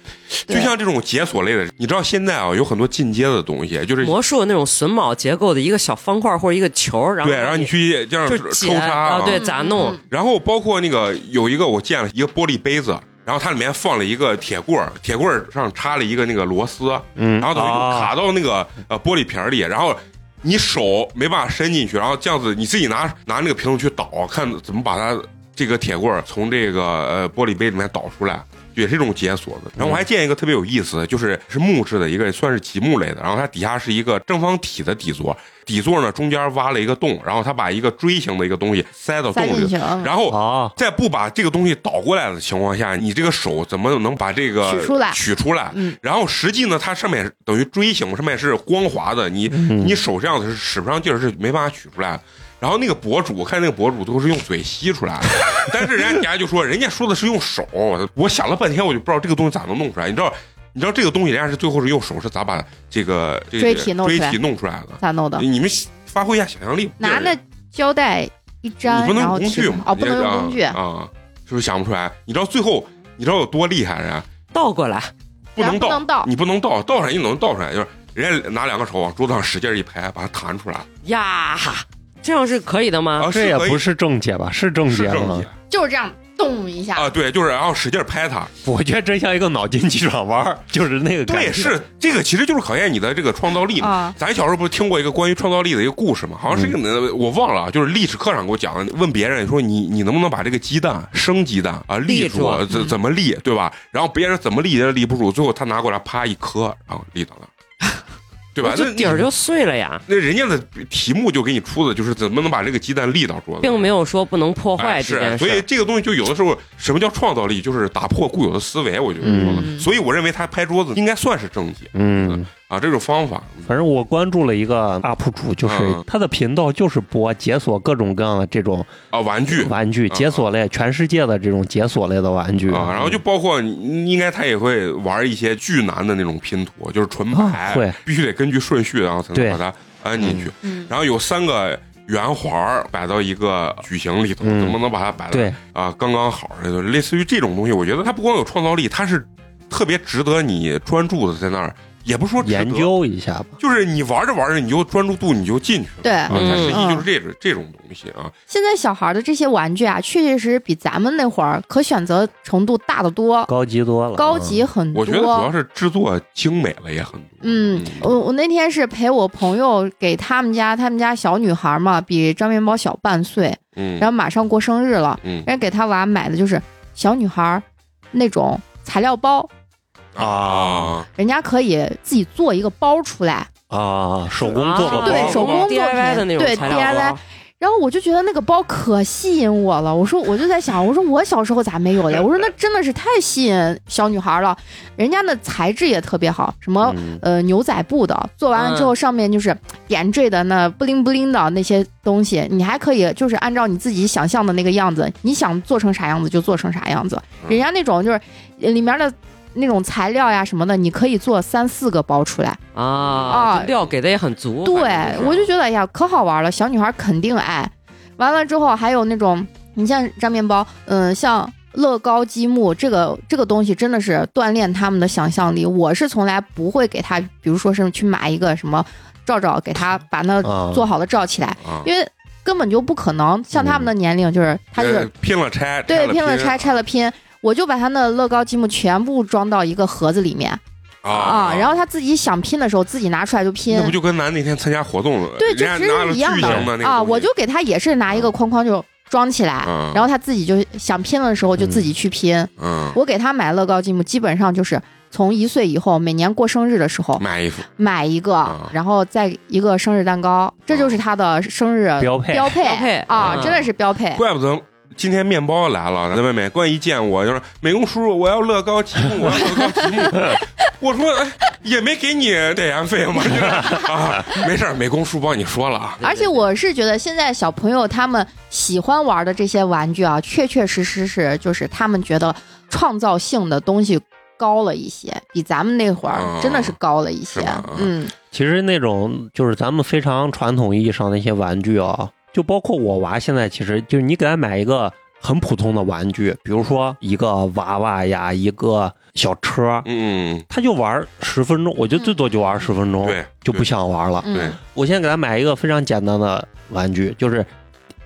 Speaker 3: 对
Speaker 1: 就像这种解锁类的，你知道现在啊有很多进阶的东西，就是
Speaker 2: 魔术那种榫卯结构的一个小方块或者一个球，然后
Speaker 1: 对，然后你去这样
Speaker 2: 就是
Speaker 1: 抽
Speaker 2: 解
Speaker 1: 插
Speaker 2: 啊，对，咋弄
Speaker 3: 嗯？
Speaker 1: 然后包括那个有一个我见了一个玻璃杯子，然后它里面放了一个铁棍儿，铁棍儿上插了一个那个螺丝，
Speaker 4: 嗯，
Speaker 1: 然后等于就
Speaker 4: 啊
Speaker 1: 卡到那个呃玻璃瓶儿里，然后你手没办法伸进去，然后这样子你自己拿拿那个瓶子去倒，看怎么把它这个铁棍儿从这个呃玻璃杯里面倒出来。也是一种解锁
Speaker 4: 嗯
Speaker 1: 的，然后我还见一个特别有意思的，就是是木质的一个，算是积木类的，然后它底下是一个正方体的底座，底座呢中间挖了一个洞，然后它把一个锥形的一个东西塞到洞
Speaker 3: 塞进
Speaker 1: 里
Speaker 3: 去，，嗯
Speaker 1: 然后
Speaker 4: 啊，
Speaker 1: 在不把这个东西倒过来的情况下，你这个手怎么能把这个
Speaker 3: 取出来
Speaker 1: 取出来
Speaker 3: 嗯
Speaker 1: 然后实际呢，它上面等于锥形，上面是光滑的，你、你手这样子是使不上劲儿，是没办法取出来的。然后那个博主，我看那个博主都是用嘴吸出来的，但是人家底下就说，人家说的是用手，我想了半天，我就不知道这个东西咋能弄出来。你知道，你知道这个东西，人家是最后是用手是咋把这个这个
Speaker 3: 锥体弄出来
Speaker 1: 锥体弄出来的？
Speaker 3: 咋弄的？
Speaker 1: 你们发挥一下想象力，
Speaker 3: 拿那胶带一
Speaker 1: 你
Speaker 3: 粘，
Speaker 1: 不能
Speaker 3: 然后
Speaker 1: 用工
Speaker 3: 提
Speaker 1: 具
Speaker 3: 出
Speaker 1: 嘛？
Speaker 3: 哦，不能
Speaker 1: 你这
Speaker 3: 用
Speaker 1: 个
Speaker 3: 工具
Speaker 1: 啊，啊是不是想不出来？你知道最后你知道有多厉害人？啊
Speaker 2: 倒过来，
Speaker 1: 不能倒，
Speaker 3: 咱啊不能倒
Speaker 1: 你不能倒，倒上你能倒出来，就是人家拿两个手往桌子上使劲一拍，把它弹出来。
Speaker 2: 呀，这样是可以的吗？
Speaker 1: 啊，
Speaker 4: 啊这也
Speaker 1: 可以
Speaker 4: 不是正解吧？是正啊
Speaker 1: 是
Speaker 4: 解
Speaker 1: 正
Speaker 4: 吗
Speaker 1: 解？
Speaker 3: 就是这样动一下。
Speaker 1: 啊，对，就是然后使劲拍它，
Speaker 4: 我觉得真像一个脑筋急转弯儿，就是那个感觉。
Speaker 1: 对，是这个，其实就是考验你的这个创造力嘛。
Speaker 3: 啊
Speaker 1: 咱小时候不是听过一个关于创造力的一个故事嘛？好像是一
Speaker 2: 嗯
Speaker 1: 个、我忘了啊，就是历史课上给我讲的。问别人说你你能不能把这个鸡蛋生鸡蛋啊立
Speaker 2: 立
Speaker 1: 住
Speaker 2: 住嗯
Speaker 1: 啊，怎怎么 立对吧？然后别人怎么立也立不住，最后他拿过来啪一磕，然后立到那儿。对吧？
Speaker 2: 就
Speaker 1: 那
Speaker 2: 底儿就碎了呀，
Speaker 1: 那人家的题目就给你出的就是怎么能把这个鸡蛋立到桌子，
Speaker 2: 并没有说不能破坏
Speaker 1: 哎
Speaker 2: 这
Speaker 1: 是，
Speaker 2: 件
Speaker 1: 所以
Speaker 2: 事。
Speaker 1: 这个东西就有的时候，什么叫创造力？就是打破固有的思维，我觉得说了。
Speaker 2: 嗯
Speaker 1: 所以我认为他拍桌子应该算是正解
Speaker 4: 嗯，
Speaker 1: 啊，这种方法。
Speaker 2: 嗯
Speaker 4: 反正我关注了一个 UP 主，就是
Speaker 1: 嗯
Speaker 4: 他的频道就是播解锁各种各样的这种
Speaker 1: 啊，玩具
Speaker 4: 玩
Speaker 1: 嗯
Speaker 4: 具，解锁类全世界的这种解锁类的玩具
Speaker 1: 啊，然后就包括你应该他也会玩一些巨难的那种拼图，就是纯
Speaker 4: 啊
Speaker 1: 排，
Speaker 4: 会
Speaker 1: 必须得根据顺序，然后才
Speaker 4: 对
Speaker 1: 能把它安进去。
Speaker 3: 嗯
Speaker 1: 然后有三个圆环儿摆到一个矩形里头，
Speaker 4: 嗯
Speaker 1: 能不能把它摆到
Speaker 4: 对
Speaker 1: 啊刚刚好？就类似于这种东西，我觉得它不光有创造力，它是特别值得你专注的在那儿，也不是说值得
Speaker 4: 研，究一下吧。
Speaker 1: 就是你玩着玩着你就专注度你就进去了。
Speaker 3: 对
Speaker 1: 啊，它实际
Speaker 3: 嗯
Speaker 1: 就是这种这种东西啊，
Speaker 3: 现在小孩的这些玩具啊，确确实实比咱们那会儿可选择程度大得多，
Speaker 4: 高级多了，
Speaker 3: 高级很
Speaker 1: 嗯我
Speaker 3: 多。
Speaker 1: 觉得主要是制作精美了也很多。
Speaker 3: 嗯，我我那天是陪我朋友给他们家他们家小女孩嘛，比张面包小半岁，
Speaker 1: 嗯，
Speaker 3: 然后马上过生日了，
Speaker 1: 嗯
Speaker 3: 人家给他娃买的就是小女孩那种材料包，
Speaker 1: 啊，
Speaker 3: 人家可以自己做一个包出来。
Speaker 4: 啊，手工做的
Speaker 2: 啊
Speaker 4: 包，
Speaker 3: 对手工作品
Speaker 2: DIY 的那种
Speaker 3: 对
Speaker 2: 材料啊包
Speaker 3: DIY 然后我就觉得那个包可吸引我了，我说我就在想，我说我小时候咋没有的？我说那真的是太吸引小女孩了，人家那材质也特别好，什么、
Speaker 4: 嗯
Speaker 3: 呃牛仔布的，做完了之后上面就是点缀的那布灵布灵的那些东西，你还可以就是按照你自己想象的那个样子，你想做成啥样子就做成啥样子。
Speaker 1: 嗯
Speaker 3: 人家那种就是呃里面的那种材料呀什么的，你可以做三四个包出来。
Speaker 2: 啊，
Speaker 3: 啊
Speaker 2: 料给的也很足。
Speaker 3: 对
Speaker 2: 反正，
Speaker 3: 我就觉得哎呀，可好玩了，小女孩肯定爱。完了之后还有那种，你像炸面包，嗯，像乐高积木这个这个东西，真的是锻炼他们的想象力。我是从来不会给他，比如说是去买一个什么罩罩，给他把那
Speaker 1: 哦
Speaker 4: 啊
Speaker 3: 做好的罩起来，
Speaker 1: 啊，
Speaker 3: 因为根本就不可能。像他们的年龄，就是他就是
Speaker 1: 呃拼了嗯拆，拆
Speaker 3: 对
Speaker 1: 了
Speaker 3: 拼了拆，拆了拼。我就把他那乐高积木全部装到一个盒子里面
Speaker 1: 啊
Speaker 3: 啊，然后他自己想拼的时候自己拿出来就拼。
Speaker 1: 那不就跟咱那天参加活动了，
Speaker 3: 对
Speaker 1: 人家
Speaker 3: 就其实
Speaker 1: 拿了
Speaker 3: 是一样
Speaker 1: 巨
Speaker 3: 的
Speaker 1: 型的那个
Speaker 3: 啊，
Speaker 1: 东西
Speaker 3: 我就给他也是拿一个框框就装起来，
Speaker 1: 嗯
Speaker 3: 然后他自己就想拼的时候就自己去拼。
Speaker 1: 嗯
Speaker 3: 我给他买乐高积木，基本上就是从一岁以后，每年过生日的时候
Speaker 1: 买衣服，
Speaker 3: 买一个，
Speaker 1: 嗯
Speaker 3: 然后再一个生日蛋糕，这就是
Speaker 1: 啊
Speaker 3: 他的生日
Speaker 4: 标配
Speaker 3: 标配
Speaker 2: 标配
Speaker 3: 啊，
Speaker 2: 嗯
Speaker 3: 真的是标配。
Speaker 1: 怪不得。今天面包来了，在外面关一见我就说：“美工叔叔，我要乐高积木，我要乐高积木。” 我说：“哎，也没给你代言费嘛。”啊，没事儿，美工叔帮你说了啊。
Speaker 3: 而且我是觉得现在小朋友他们喜欢玩的这些玩具啊，确确实实是就是他们觉得创造性的东西高了一些，比咱们那会儿
Speaker 1: 嗯
Speaker 3: 真的是高了一些
Speaker 1: 是啊吧。
Speaker 3: 嗯，
Speaker 4: 其实那种就是咱们非常传统意义上的一些玩具啊，就包括我娃现在，其实就是你给他买一个很普通的玩具，比如说一个娃娃呀，一个小车，
Speaker 1: 嗯，
Speaker 4: 他就玩十分钟，我觉得最多就玩十分钟，
Speaker 1: 对，
Speaker 4: 就不想玩了。
Speaker 3: 嗯
Speaker 1: 对
Speaker 4: 我现在给他买一个非常简单的玩具，就是。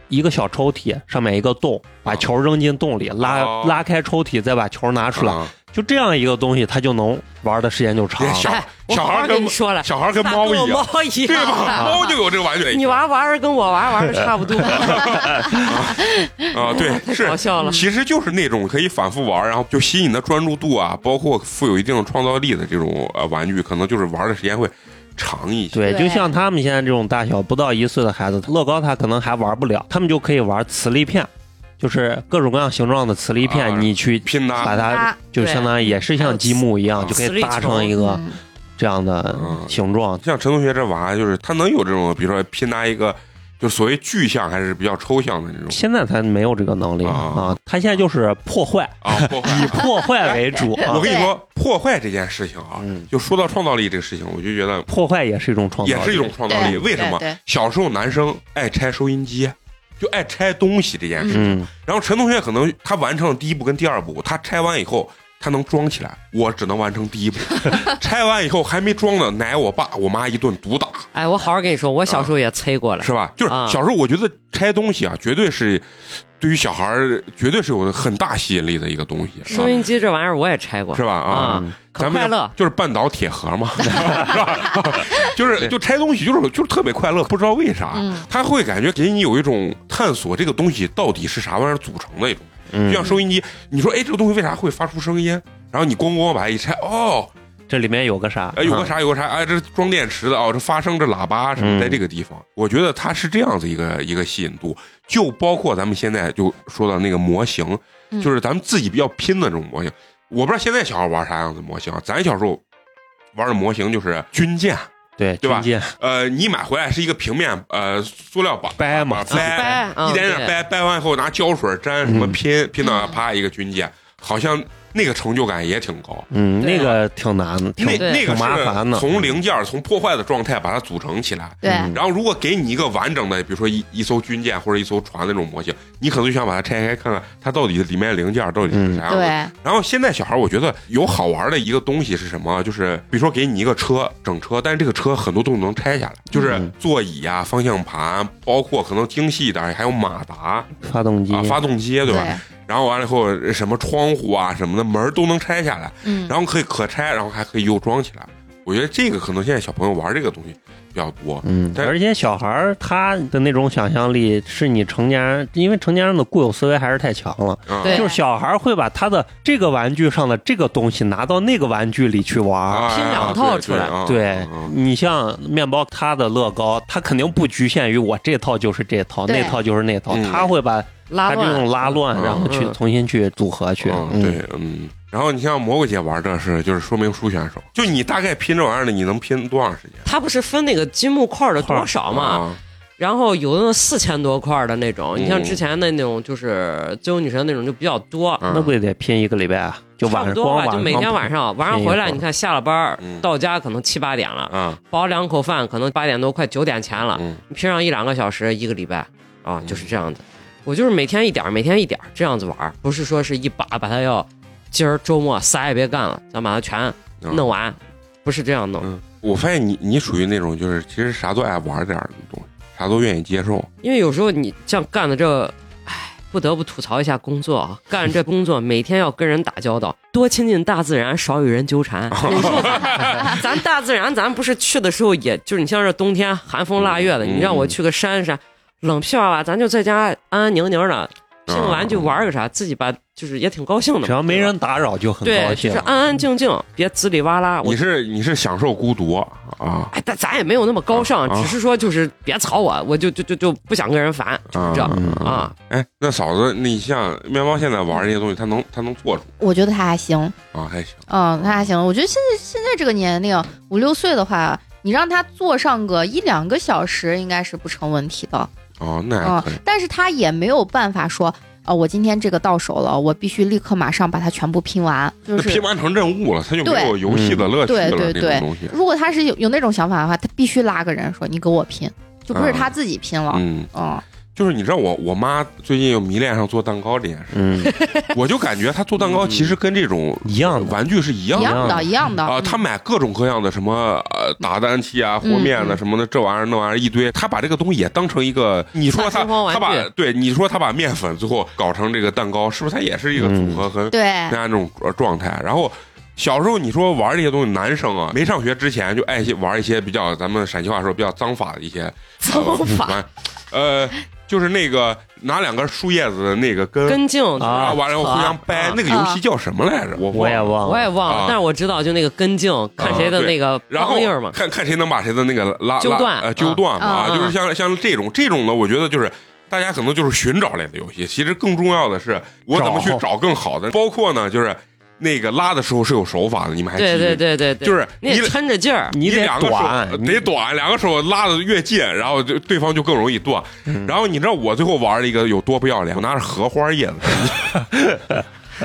Speaker 4: 一个小抽屉上面一个洞，把球扔进洞里，拉
Speaker 1: 哦
Speaker 4: 拉开抽屉，再把球拿
Speaker 1: 对
Speaker 4: 出来，
Speaker 1: 啊
Speaker 4: 就这样一个东西，他就能玩的时间就长
Speaker 1: 人
Speaker 4: 了。
Speaker 1: 小
Speaker 2: 哎我
Speaker 1: 小孩
Speaker 2: 好好
Speaker 1: 跟
Speaker 2: 跟你说了，
Speaker 1: 小孩跟猫一样，
Speaker 2: 猫一
Speaker 1: 对吧？
Speaker 2: 样。
Speaker 1: 猫就有这个玩具。
Speaker 2: 你玩玩儿跟我玩玩的差 不多，
Speaker 1: 啊， 对，
Speaker 2: 太
Speaker 1: 是
Speaker 2: 搞笑了。
Speaker 4: 嗯
Speaker 1: 其实就是那种可以反复玩，然后就吸引你的专注度啊，包括富有一定的创造力的这种呃玩具，可能就是玩的时间会长一些。
Speaker 4: 对，
Speaker 3: 对
Speaker 4: 就像他们现在这种大小不到一岁的孩子，乐高他可能还玩不了，他们就可以玩磁力片，就是各种各样形状的磁力片，
Speaker 1: 啊
Speaker 4: 你去
Speaker 1: 拼搭，
Speaker 4: 把它
Speaker 3: 啊
Speaker 4: 就相当于也是像积木一样，
Speaker 1: 对
Speaker 4: 就可以搭成一个
Speaker 3: 嗯
Speaker 4: 这样的
Speaker 1: 嗯
Speaker 4: 形状。
Speaker 1: 像陈同学这娃，就是他能有这种，比如说拼搭一个，就所谓具象还是比较抽象的这种
Speaker 4: 现在他没有这个能力
Speaker 1: 啊
Speaker 4: 啊，他现在就是 破坏，
Speaker 1: 啊。破
Speaker 4: 以
Speaker 1: 坏，
Speaker 4: 破坏 为主
Speaker 1: 我
Speaker 4: 啊。
Speaker 1: 跟你说，破坏这件事情啊
Speaker 4: 嗯，
Speaker 1: 就说到创造力这个事情，我就觉得
Speaker 4: 破坏也是一种创造，
Speaker 1: 也是一种。创造力。
Speaker 3: 对
Speaker 1: 为什么
Speaker 3: 对对？
Speaker 1: 小时候男生爱拆收音机，就爱拆东西这件事。
Speaker 4: 嗯，
Speaker 1: 然后陈同学可能他完成了第一步跟第二步，他拆完以后他能装起来，我只能完成第一步，拆完以后还没装呢，奶我爸我妈一顿毒打，
Speaker 2: 哎，我好好跟你说，我小时候也催过来
Speaker 1: 是，吧？就是
Speaker 2: 啊
Speaker 1: 小时候我觉得拆东西啊，绝对是对于小孩儿绝对是有很大吸引力的一个东西，
Speaker 2: 收音机这玩意儿我也拆过
Speaker 1: 是吧？啊。
Speaker 2: 啊，可
Speaker 1: 咱们
Speaker 2: 快乐。
Speaker 1: 就是半岛铁盒嘛， 是吧？ 就是就拆东西，就是就是特别快乐，不知道为啥，
Speaker 3: 嗯
Speaker 1: 他会感觉给你有一种探索这个东西到底是啥玩意儿组成的一种。
Speaker 4: 嗯
Speaker 1: 就像收音机，你说哎，这个东西为啥会发出声音？然后你咣咣把它一拆，哦，
Speaker 4: 这里面有个啥？
Speaker 1: 哎，有个
Speaker 4: 嗯？
Speaker 1: 啥有个啥，哎，这装电池的哦，这发声这喇叭什么，
Speaker 4: 嗯
Speaker 1: 在这个地方，我觉得它是这样子一个一个吸引度，就包括咱们现在就说到那个模型，
Speaker 3: 嗯
Speaker 1: 就是咱们自己比较拼的这种模型。我不知道现在小孩玩啥样子模型啊，咱小时候玩的模型就是军舰，
Speaker 4: 对
Speaker 1: 对吧
Speaker 4: 军舰
Speaker 1: 呃，你买回来是一个平面，呃，塑料板
Speaker 4: 掰嘛
Speaker 1: 啊
Speaker 4: 自己
Speaker 1: 掰
Speaker 2: 掰嗯
Speaker 1: 一点点
Speaker 2: 对嗯
Speaker 1: 掰，掰完以后拿胶水粘什么拼，拼到啪一个军舰，好像那个成就感也挺高。
Speaker 4: 嗯，
Speaker 2: 对啊
Speaker 4: 那个挺难的，挺
Speaker 1: 那
Speaker 2: 对
Speaker 1: 那个
Speaker 4: 挺麻烦
Speaker 1: 是
Speaker 4: 的
Speaker 1: 从零件儿、从破坏的状态把它组成起来。
Speaker 3: 对，
Speaker 4: 嗯
Speaker 1: 然后，如果给你一个完整的，比如说一一艘军舰或者一艘船那种模型，你可能就想把它拆开看看，它到底里面的零件儿到底
Speaker 4: 嗯
Speaker 1: 是啥样的。
Speaker 3: 对，
Speaker 1: 然后现在小孩，我觉得有好玩的一个东西是什么？就是比如说给你一个车，整车，但是这个车很多东西能拆下来，就是
Speaker 4: 嗯
Speaker 1: 座椅啊、方向盘，包括可能精细一点还有马达
Speaker 4: 发动机
Speaker 1: 啊、发动机，对吧？
Speaker 3: 对，
Speaker 1: 然后完了以后，什么窗户啊什么的门儿都能拆下来，
Speaker 3: 嗯，
Speaker 1: 然后可以可拆，然后还可以又装起来。我觉得这个可能现在小朋友玩这个东西比较多。
Speaker 4: 嗯，
Speaker 1: 但
Speaker 4: 而且小孩儿他的那种想象力是你成年人，因为成年人的固有思维还是太强了。
Speaker 1: 啊
Speaker 2: 对
Speaker 4: 就是小孩儿会把他的这个玩具上的这个东西拿到那个玩具里去玩儿。
Speaker 1: 啊
Speaker 2: 拼两套出来
Speaker 1: 啊对
Speaker 4: 对
Speaker 1: 啊啊
Speaker 4: 你像面包，他的乐高，他肯定不局限于我这套就是这套，
Speaker 3: 对
Speaker 4: 那套就是那套，
Speaker 1: 嗯
Speaker 4: 他会把
Speaker 2: 拉
Speaker 4: 他这种
Speaker 2: 乱，
Speaker 4: 拉乱，
Speaker 1: 嗯
Speaker 4: 然后去
Speaker 2: 嗯
Speaker 4: 重新去组合去。
Speaker 1: 啊
Speaker 4: 嗯
Speaker 1: 对，嗯。然后你像蘑菇姐玩这是，就是说明书选手，就你大概拼这玩意儿的，你能拼多长时间？
Speaker 2: 他不是分那个积木块儿的多少嘛？
Speaker 1: 啊，
Speaker 2: 然后有那四千多块儿的那种，你像
Speaker 1: 嗯
Speaker 2: 之前的那种就是自由女神那种就比较多，
Speaker 1: 嗯
Speaker 4: 那不得拼一个礼拜啊？就晚
Speaker 2: 差不
Speaker 4: 上
Speaker 2: 多吧，
Speaker 4: 光嗯晚
Speaker 2: 就
Speaker 4: 上
Speaker 2: 每天晚上晚上回来，
Speaker 4: 拼一会儿
Speaker 2: 你看下了班儿
Speaker 1: 嗯
Speaker 2: 到家可能七八点了，
Speaker 1: 啊，
Speaker 2: 饱两口饭可能八点多快九点前了，
Speaker 1: 嗯
Speaker 2: 拼上一两个小时一个礼拜啊，
Speaker 1: 嗯
Speaker 2: 就是这样子。我就是每天一点儿，每天一点儿这样子玩儿，不是说是一把把它要今儿周末啥也别干了，咱把它全
Speaker 4: 嗯
Speaker 2: 弄完，不是这样弄，
Speaker 1: 嗯，我发现你你属于那种就是其实啥都爱玩点儿的东西，啥都愿意接受。啊
Speaker 2: 因为有时候你像干的这，唉，不得不吐槽一下工作啊，干这工作每天要跟人打交道， 多亲近大自然，少与人 纠缠。 有时候咱咱大自然，咱不是去的时候也，就是你像这冬天寒风腊月的，
Speaker 1: 嗯
Speaker 2: 你让我去个山上，冷屁哇啦，咱就在家安安宁宁
Speaker 1: 啊
Speaker 2: 的，拼完就玩个啥，自己把就是也挺高兴的，
Speaker 4: 只要没人打扰就很
Speaker 2: 对吧。
Speaker 4: 高
Speaker 2: 对，
Speaker 4: 兴
Speaker 2: 就是。安安静静，别滋里哇啦。
Speaker 1: 嗯
Speaker 2: 我
Speaker 1: 你是你是享受孤独啊
Speaker 2: 哎，但咱也没有那么高
Speaker 1: 啊
Speaker 2: 尚，
Speaker 1: 啊
Speaker 2: 只是说就是别吵我，我就就就就不想跟人烦，就是这样
Speaker 1: 嗯
Speaker 2: 啊。
Speaker 1: 哎，那嫂子，你像面包现在玩这些东西，他能他能做出
Speaker 3: 我觉得他还行，
Speaker 1: 啊，还行。
Speaker 3: 嗯，那还行。我觉得现在现在这个年龄，五六岁的话，你让他坐上个一两个小时，应该是不成问题的。
Speaker 1: 哦，那还
Speaker 3: 嗯
Speaker 1: 可以。，
Speaker 3: 但是他也没有办法说，呃，我今天这个到手了，我必须立刻马上把它全部拼完。就
Speaker 1: 那
Speaker 3: 是
Speaker 1: 拼完成任务了，他就没
Speaker 3: 对
Speaker 1: 有游戏的乐趣了，
Speaker 3: 嗯对对
Speaker 1: 那
Speaker 3: 对
Speaker 1: 种东西。
Speaker 3: 如果他是有有那种想法的话，他必须拉个人说你给我拼，就不是他自己拼了。
Speaker 1: 嗯，
Speaker 3: 嗯，
Speaker 1: 就是你知道我我妈最近又迷恋上做蛋糕这件事，
Speaker 4: 嗯，
Speaker 1: 我就感觉她做蛋糕其实跟这种
Speaker 4: 一样的。
Speaker 1: 玩具是一样
Speaker 3: 一
Speaker 1: 的
Speaker 3: 样的，一样的。
Speaker 1: 啊，
Speaker 3: 嗯
Speaker 1: 她买各种各样的什么呃打蛋器啊、和
Speaker 3: 嗯
Speaker 1: 面的
Speaker 3: 嗯
Speaker 1: 什么的，这玩意儿那玩意儿一堆，她把这个东西也当成一个，你说她
Speaker 2: 生活玩
Speaker 1: 她
Speaker 2: 具
Speaker 1: 把对你说她把面粉最后搞成这个蛋糕，是不是她也是一个
Speaker 4: 嗯
Speaker 1: 组合和
Speaker 2: 哎
Speaker 3: 对
Speaker 1: 那样那种呃状态。然后小时候你说玩这些东西，男生啊，没上学之前就爱玩一些比较咱们陕西话说比较脏法的一些
Speaker 2: 脏
Speaker 1: 呃
Speaker 2: 法
Speaker 1: 玩呃，就是那个拿两根树叶子的那个根，
Speaker 2: 跟镜
Speaker 4: 啊
Speaker 1: 然后完了互相掰，
Speaker 2: 啊
Speaker 1: 那个游戏叫什么来着？我
Speaker 4: 我
Speaker 1: 忘
Speaker 4: 也
Speaker 1: 了。
Speaker 4: 忘了，
Speaker 2: 我也忘
Speaker 1: 啊
Speaker 2: 了，但是我知道就那个跟镜，看谁的那个
Speaker 1: 然后
Speaker 2: 帮印儿嘛。
Speaker 1: 看看谁能把谁的那个拉
Speaker 2: 揪
Speaker 1: 拉
Speaker 2: 断
Speaker 1: 呃揪断嘛，
Speaker 3: 啊
Speaker 1: 啊
Speaker 2: 啊
Speaker 1: 就是像像这种这种呢，我觉得就是。大家可能就是寻找类的游戏，其实更重要的是我怎么去
Speaker 4: 找
Speaker 1: 找更好的，包括呢就是那个拉的时候是有手法的，你们还记
Speaker 2: 对
Speaker 1: 得
Speaker 2: 对对对对，
Speaker 1: 就是
Speaker 2: 你
Speaker 1: 你
Speaker 2: 得抻着 劲儿，
Speaker 4: 你得
Speaker 1: 两个手
Speaker 4: 短，
Speaker 1: 呃
Speaker 4: 你
Speaker 1: 得短，两个手拉的越近，然后就对方就更容易断。然后你知道我最后玩了一个有多不要脸，我拿着荷花叶子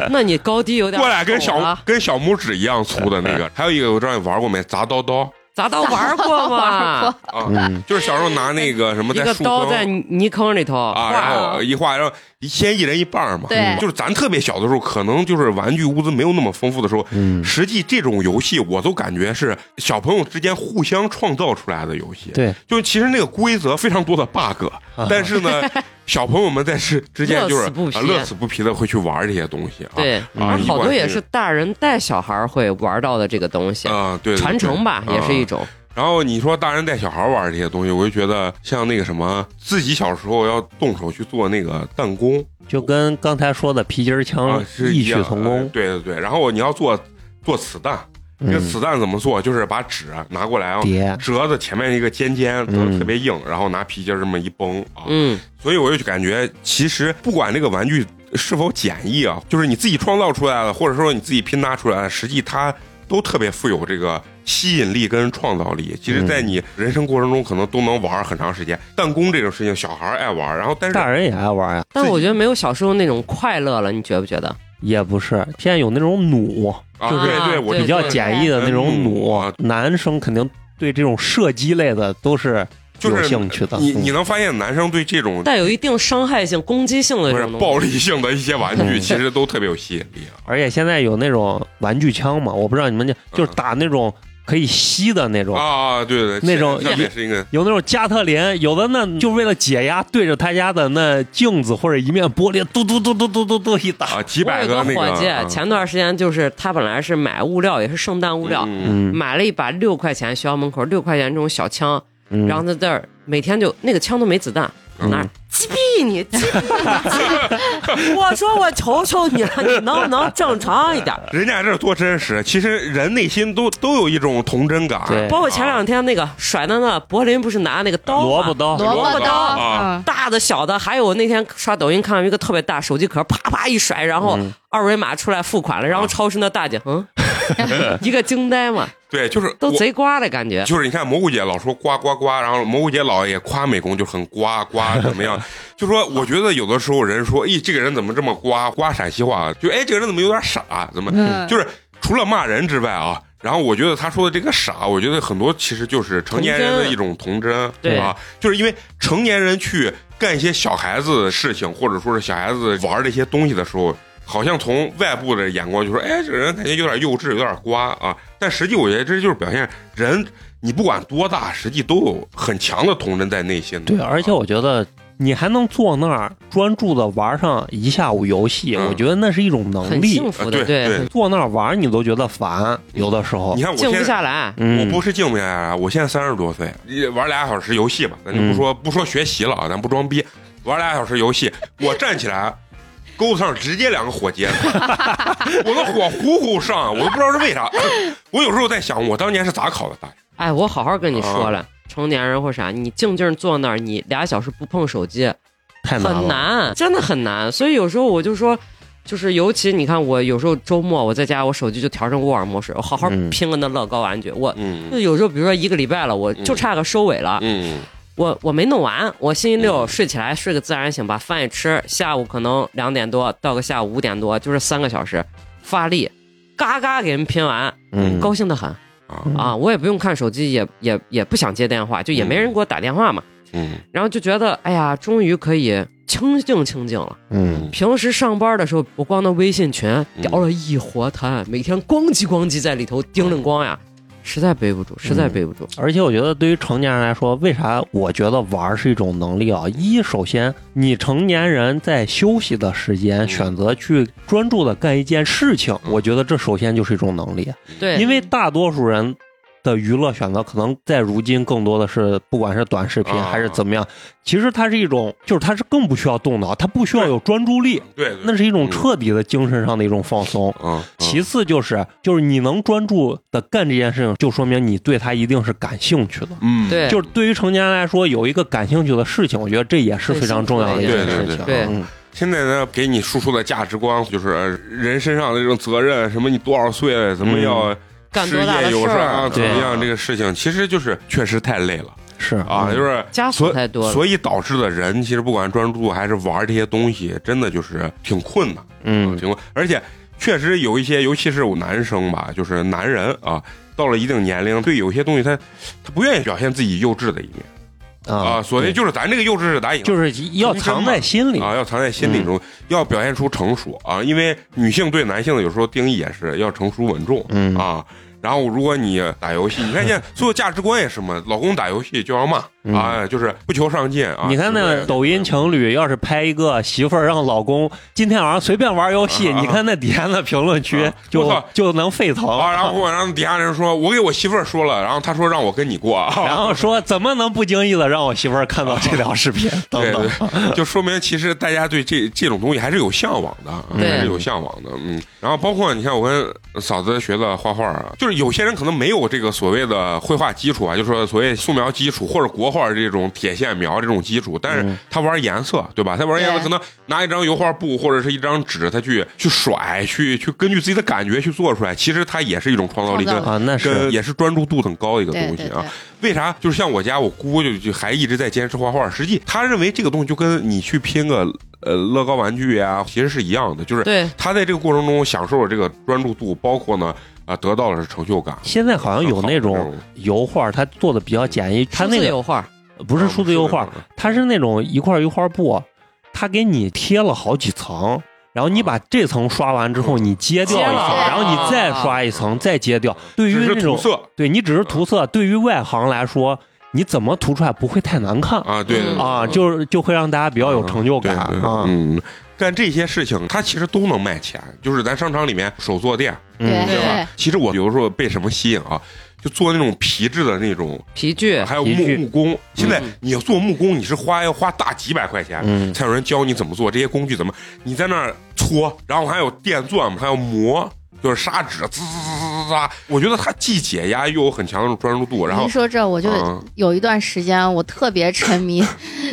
Speaker 2: 那你高低有点啊
Speaker 1: 过来，跟
Speaker 2: 丑
Speaker 1: 小
Speaker 2: 了
Speaker 1: 跟小拇指一样粗的那个，还有一个我知道你玩过没，砸刀刀
Speaker 2: 咱都玩过
Speaker 3: 玩
Speaker 2: 嘛
Speaker 3: 过，
Speaker 1: 啊，
Speaker 4: 嗯
Speaker 1: 就是小时候拿那个什么
Speaker 2: 一
Speaker 1: 在
Speaker 2: 个
Speaker 1: 树
Speaker 2: 刀
Speaker 1: 坑
Speaker 2: 在泥坑里头
Speaker 1: 啊，
Speaker 2: 画
Speaker 1: 然后一画，然后先一人一半儿嘛。嗯
Speaker 3: 对
Speaker 1: 就是咱特别小的时候，可能就是玩具物资没有那么丰富的时候，
Speaker 4: 嗯，
Speaker 1: 实际这种游戏我都感觉是小朋友之间互相创造出来的游戏。
Speaker 4: 对，
Speaker 1: 就其实那个规则非常多的 bug，但是 呢，小朋友们在是之间就是
Speaker 2: 啊乐此不疲
Speaker 1: 啊乐此不疲的会去玩这些东西啊。
Speaker 2: 对，
Speaker 1: 啊
Speaker 2: 而
Speaker 1: 你
Speaker 2: 好
Speaker 1: 管
Speaker 2: 多也
Speaker 1: 这
Speaker 2: 是大人带小孩儿会玩到的这个东西，
Speaker 1: 啊，对对
Speaker 2: 传承吧
Speaker 1: 对
Speaker 2: 也是一
Speaker 1: 啊
Speaker 2: 种。
Speaker 1: 然后你说大人带小孩玩这些东西，我就觉得像那个什么，自己小时候要动手去做那个弹弓
Speaker 4: 就跟刚才说的皮筋儿
Speaker 1: 啊
Speaker 2: 嗯
Speaker 4: 枪，
Speaker 1: 是
Speaker 4: 异
Speaker 1: 一
Speaker 4: 曲
Speaker 1: 样哎
Speaker 4: 同
Speaker 1: 的
Speaker 4: 工。
Speaker 1: 对对对，然后你要做做子弹，
Speaker 2: 嗯
Speaker 1: 哎这个子弹怎么做？就是把纸拿过来啊，
Speaker 4: 嗯叠，
Speaker 1: 折的前面一个尖尖，折
Speaker 4: 嗯
Speaker 1: 的特别硬，然后拿皮筋儿这么一绷啊。
Speaker 2: 嗯，
Speaker 1: 所以我就感觉，其实不管这个玩具是否简易啊，就是你自己创造出来的，或者说你自己拼搭出来的，实际它都特别富有这个吸引力跟创造力。其实，在你人生过程中，可能都能玩儿很长时间。弹弓这种事情，小孩儿爱玩儿，然后但是
Speaker 4: 大人也爱玩啊呀，
Speaker 2: 但
Speaker 1: 自己
Speaker 2: 我觉得没有小时候那种快乐了，你觉不觉得？
Speaker 4: 也不是，现在有那种弩，
Speaker 1: 啊，
Speaker 2: 就是
Speaker 1: 对对，
Speaker 2: 啊
Speaker 1: 我
Speaker 2: 对
Speaker 4: 比较简易的那种
Speaker 1: 弩
Speaker 4: 弩
Speaker 1: 啊，
Speaker 4: 男生肯定对这种射击类的都是
Speaker 1: 就
Speaker 4: 有
Speaker 1: 是
Speaker 4: 兴趣的。
Speaker 1: 你你能发现男生对这种
Speaker 2: 带有一定伤害性、攻击性
Speaker 1: 不
Speaker 2: 的这
Speaker 1: 是
Speaker 2: 种东西
Speaker 1: 暴力性的一些玩具，
Speaker 4: 嗯
Speaker 1: 其实都特别有吸引力啊。
Speaker 4: 而且现在有那种玩具枪嘛，我不知道你们那，就是打那种可以吸的那种，
Speaker 1: 啊，对对，对
Speaker 4: 那种
Speaker 1: 这也是一个
Speaker 4: 有那种加特林，有的那就为了解压，对着他家的那镜子或者一面玻璃，嘟嘟嘟嘟嘟嘟嘟一打，
Speaker 1: 啊，几
Speaker 2: 我
Speaker 1: 百
Speaker 2: 有个
Speaker 1: 那
Speaker 2: 伙计
Speaker 1: 个啊，
Speaker 2: 前段时间就是他本来是买物料，也是圣诞物料，
Speaker 1: 嗯
Speaker 4: 嗯，
Speaker 2: 买了一把六块钱，学校门口六块钱这种小枪，
Speaker 4: 嗯
Speaker 2: 然后在这儿每天就那个枪都没子弹，
Speaker 4: 嗯
Speaker 2: 那儿击毙你，击毙你 击毙你！我说我求求你了，你能不能正常一点？
Speaker 1: 人家这多真实，其实人内心都都有一种童真感。
Speaker 4: 对
Speaker 2: 包括前两天那个甩的那柏林不是拿那个刀吗
Speaker 4: 萝卜刀，
Speaker 3: 萝卜
Speaker 1: 萝卜
Speaker 3: 刀
Speaker 1: 刀啊
Speaker 3: 啊，
Speaker 2: 大的小的，还有我那天刷抖音看到一个特别大手机壳，啪啪一甩，然
Speaker 4: 嗯
Speaker 2: 后二维码出来付款了，然后
Speaker 4: 啊
Speaker 2: 超市那大姐， 嗯，一个惊呆嘛，
Speaker 1: 对，就是
Speaker 2: 都
Speaker 1: 我。
Speaker 2: 贼瓜的感觉。
Speaker 1: 就是你看蘑菇姐老说呱呱呱，然后蘑菇姐老也夸美工就很呱 呱怎么样？就说我觉得有的时候人说，咦，这个人怎么这么呱呱陕西话啊？就哎，这个人怎么有点傻？怎么？
Speaker 3: 嗯
Speaker 1: 就是除了骂人之外啊，然后我觉得他说的这个傻，我觉得很多其实就是成年人
Speaker 2: 童
Speaker 1: 的
Speaker 2: 真
Speaker 1: 一种童真，
Speaker 2: 对
Speaker 1: 啊，就是因为成年人去干一些小孩子的事情，或者说是小孩子玩这些东西的时候。好像从外部的眼光就说，哎，这个人感觉有点幼稚，有点瓜啊。但实际我觉得这就是表现人，你不管多大，实际都有很强的童真在内心的。
Speaker 4: 对，而且我觉得你还能坐那儿专注的玩上一下午游戏，
Speaker 1: 嗯
Speaker 4: 我觉得那是一种能
Speaker 2: 很
Speaker 4: 力
Speaker 2: 幸。福
Speaker 1: 啊
Speaker 2: 的，
Speaker 1: 对对
Speaker 2: 很
Speaker 4: 坐那儿玩你都觉得烦，有的时候
Speaker 1: 你，看我
Speaker 2: 静
Speaker 1: 现
Speaker 2: 不
Speaker 1: 在，
Speaker 2: 下来。
Speaker 1: 我
Speaker 4: 嗯，
Speaker 1: 不是静不下来，我现在三十多岁，玩俩小时游戏吧，咱就不说不说学习了啊，咱不装逼，玩俩小时游戏，我站起来。钩子上直接两个火疖子，我的火呼呼上，我都不知道是为啥。我有时候在想，我当年是咋考的大学？
Speaker 2: 哎，我好好跟你
Speaker 1: 啊
Speaker 2: 说了，成年人或啥，你静静坐那儿，你俩小时不碰手机，
Speaker 4: 太难
Speaker 2: 很
Speaker 4: 了。
Speaker 2: 难，真的很难。所以有时候我就说，就是尤其你看，我有时候周末我在家，我手机就调成沃尔模式，我好好
Speaker 4: 嗯
Speaker 2: 拼个那乐高玩具。我就
Speaker 4: 啊
Speaker 1: 嗯
Speaker 2: 有时候，比如说一个礼拜了，我就差个收尾了，
Speaker 1: 嗯
Speaker 2: 我我没弄完，我星期六
Speaker 1: 嗯
Speaker 2: 睡起来睡个自然醒，把饭一吃，下午可能两点多到个下午五点多，就是三个小时发力，嘎嘎给人拼完，
Speaker 4: 嗯，
Speaker 2: 高兴的很。
Speaker 1: 啊
Speaker 2: 啊，我也不用看手机，也也也不想接电话，就也没人给我打电话嘛。
Speaker 1: 嗯
Speaker 2: 然后就觉得，哎呀，终于可以清静清静了。
Speaker 4: 嗯，
Speaker 2: 平时上班的时候，我光那微信群聊了一活摊，每天咣叽咣叽在里头叮铃咣呀，实在背不住，实
Speaker 4: 嗯
Speaker 2: 在背不住。
Speaker 4: 而且我觉得对于成年人来说，为啥我觉得玩是一种能力啊？一，首先你成年人在休息的时间
Speaker 1: 嗯
Speaker 4: 选择去专注的干一件事情，
Speaker 1: 嗯
Speaker 4: 我觉得这首先就是一种能力，啊
Speaker 2: 对，
Speaker 4: 因为大多数人。的娱乐选择可能在如今更多的是，不管是短视频
Speaker 1: 啊
Speaker 4: 还是怎么样，其实它是一种，就是它是更不需要动脑，它不需要有专注力，
Speaker 1: 对对，
Speaker 4: 那是一种彻底的精神上的一种放松。
Speaker 1: 嗯
Speaker 4: 其次就是，就是你能专注的干这件事情，就说明你对它一定是感兴趣的。
Speaker 1: 嗯
Speaker 2: 对
Speaker 4: 就是对于成年人来说，有一个感兴趣的事情，我觉得这也是非常重要的一件事情。
Speaker 2: 对对对
Speaker 4: 嗯
Speaker 1: 现在呢，给你输出的价值观就是呃人身上的这种责任，什么你多少岁了，怎么要
Speaker 2: 嗯干
Speaker 1: 事
Speaker 2: 多大
Speaker 1: 业
Speaker 2: 的
Speaker 1: 有
Speaker 2: 事
Speaker 1: 成啊，
Speaker 2: 儿，
Speaker 1: 怎么
Speaker 4: 对
Speaker 1: 样这个事情，其实就是确实太累了
Speaker 4: 是
Speaker 1: 啊，就
Speaker 4: 嗯
Speaker 1: 是
Speaker 2: 枷
Speaker 1: 所
Speaker 2: 锁太多了。
Speaker 1: 所以导致的人其实不管专注还是玩这些东西，真的就是挺困难，啊
Speaker 4: 嗯，
Speaker 1: 挺困。而且确实有一些，尤其是有男生吧，就是男人啊，到了一定年龄，对有些东西他他不愿意表现自己幼稚的一面啊，
Speaker 4: 啊，
Speaker 1: 所以
Speaker 4: 对
Speaker 1: 就是咱这个幼稚是打引号
Speaker 4: 就是要藏在心里。嗯
Speaker 1: 啊，要藏在心里中，要表现出成熟啊，因为女性对男性的有时候定义也是要成熟稳重啊
Speaker 4: 嗯
Speaker 1: 啊。然后，如果你打游戏，你看现在所有价值观也是嘛，老公打游戏就要骂，
Speaker 4: 嗯
Speaker 1: 啊，就是不求上进啊。
Speaker 4: 你看那抖音
Speaker 1: 情
Speaker 4: 情侣，要是拍一个媳妇儿让老公今天晚上随便玩游戏，
Speaker 1: 啊
Speaker 4: 你看那底下那评论区
Speaker 1: 啊我
Speaker 4: 就
Speaker 1: 操
Speaker 4: 就能沸腾。
Speaker 1: 啊，然后然后底下人说，我给我媳妇儿说了，然后她说让我跟你 过，啊
Speaker 4: 然后说怎么能不经意的让我媳妇儿看到这条视频？等
Speaker 1: 对
Speaker 4: 等，
Speaker 1: 对，就说明其实大家对这这种东西还是有向往的，啊
Speaker 2: 对
Speaker 1: 还是有向往的。嗯，然后包括你看，我跟嫂子学的画画啊，就是有些人可能没有这个所谓的绘画基础啊，就说所谓素描基础或者国画这种铁线描这种基础，但
Speaker 4: 嗯
Speaker 1: 是他玩颜色，对吧？他玩颜色
Speaker 3: 对
Speaker 1: 可能拿一张油画布或者是一张纸，他去去甩，去去根据自己的感觉去做出来，其实它也是一种创造力跟
Speaker 3: 创造力
Speaker 4: 啊，那
Speaker 1: 跟
Speaker 4: 是
Speaker 1: 也是专注度很高的一个
Speaker 3: 对
Speaker 1: 东西
Speaker 3: 对
Speaker 1: 啊
Speaker 3: 对，，
Speaker 1: 为啥？就是像我家我姑就就还一直在坚持画画，实际她认为这个东西就跟你去拼个呃乐高玩具呀、其实是一样的，就是
Speaker 2: 对，
Speaker 1: 她在这个过程中享受了这个专注度，包括呢啊、得到了是成就感。啊
Speaker 4: 现在好像有那
Speaker 1: 好这
Speaker 4: 种
Speaker 1: 种
Speaker 4: 油画，它做的比较简易，它
Speaker 2: 数
Speaker 4: 那
Speaker 2: 字
Speaker 4: 个
Speaker 2: 油画，
Speaker 4: 不是数字油画
Speaker 1: 嗯，，
Speaker 4: 它是那种一块一块布，它给你贴了好几层，然后你把这层刷完之后，你揭掉
Speaker 2: 揭
Speaker 4: 一
Speaker 2: 了
Speaker 4: 层，然后你再刷一层，再揭掉。对于
Speaker 1: 只是
Speaker 4: 那种
Speaker 1: 涂色
Speaker 4: 对你只是涂色，对于外行来说，你怎么涂出来不会太难看
Speaker 1: 啊，对对
Speaker 2: 嗯
Speaker 1: 对
Speaker 4: 啊？
Speaker 1: 对
Speaker 4: 就是就会让大家比较有成就感
Speaker 1: 对对
Speaker 4: 啊。
Speaker 1: 嗯。干这些事情，它其实都能卖钱。就是咱商场里面手作店，
Speaker 3: 对
Speaker 4: 嗯
Speaker 1: 对吧？其实我有的时候被什么吸引啊，就做那种皮质的那种，
Speaker 2: 皮具，
Speaker 1: 还有
Speaker 4: 皮
Speaker 1: 木
Speaker 4: 具
Speaker 1: 木工。现在你要做木工，你是花要花大几百块钱，
Speaker 4: 嗯
Speaker 1: 才有人教你怎么做这些工具怎么。你在那儿搓，然后还有电钻，还有磨，就是砂纸，滋滋滋滋滋滋。我觉得它既解压又有很强的专注度，然后
Speaker 3: 您说这我就
Speaker 1: 嗯
Speaker 3: 有一段时间我特别沉 迷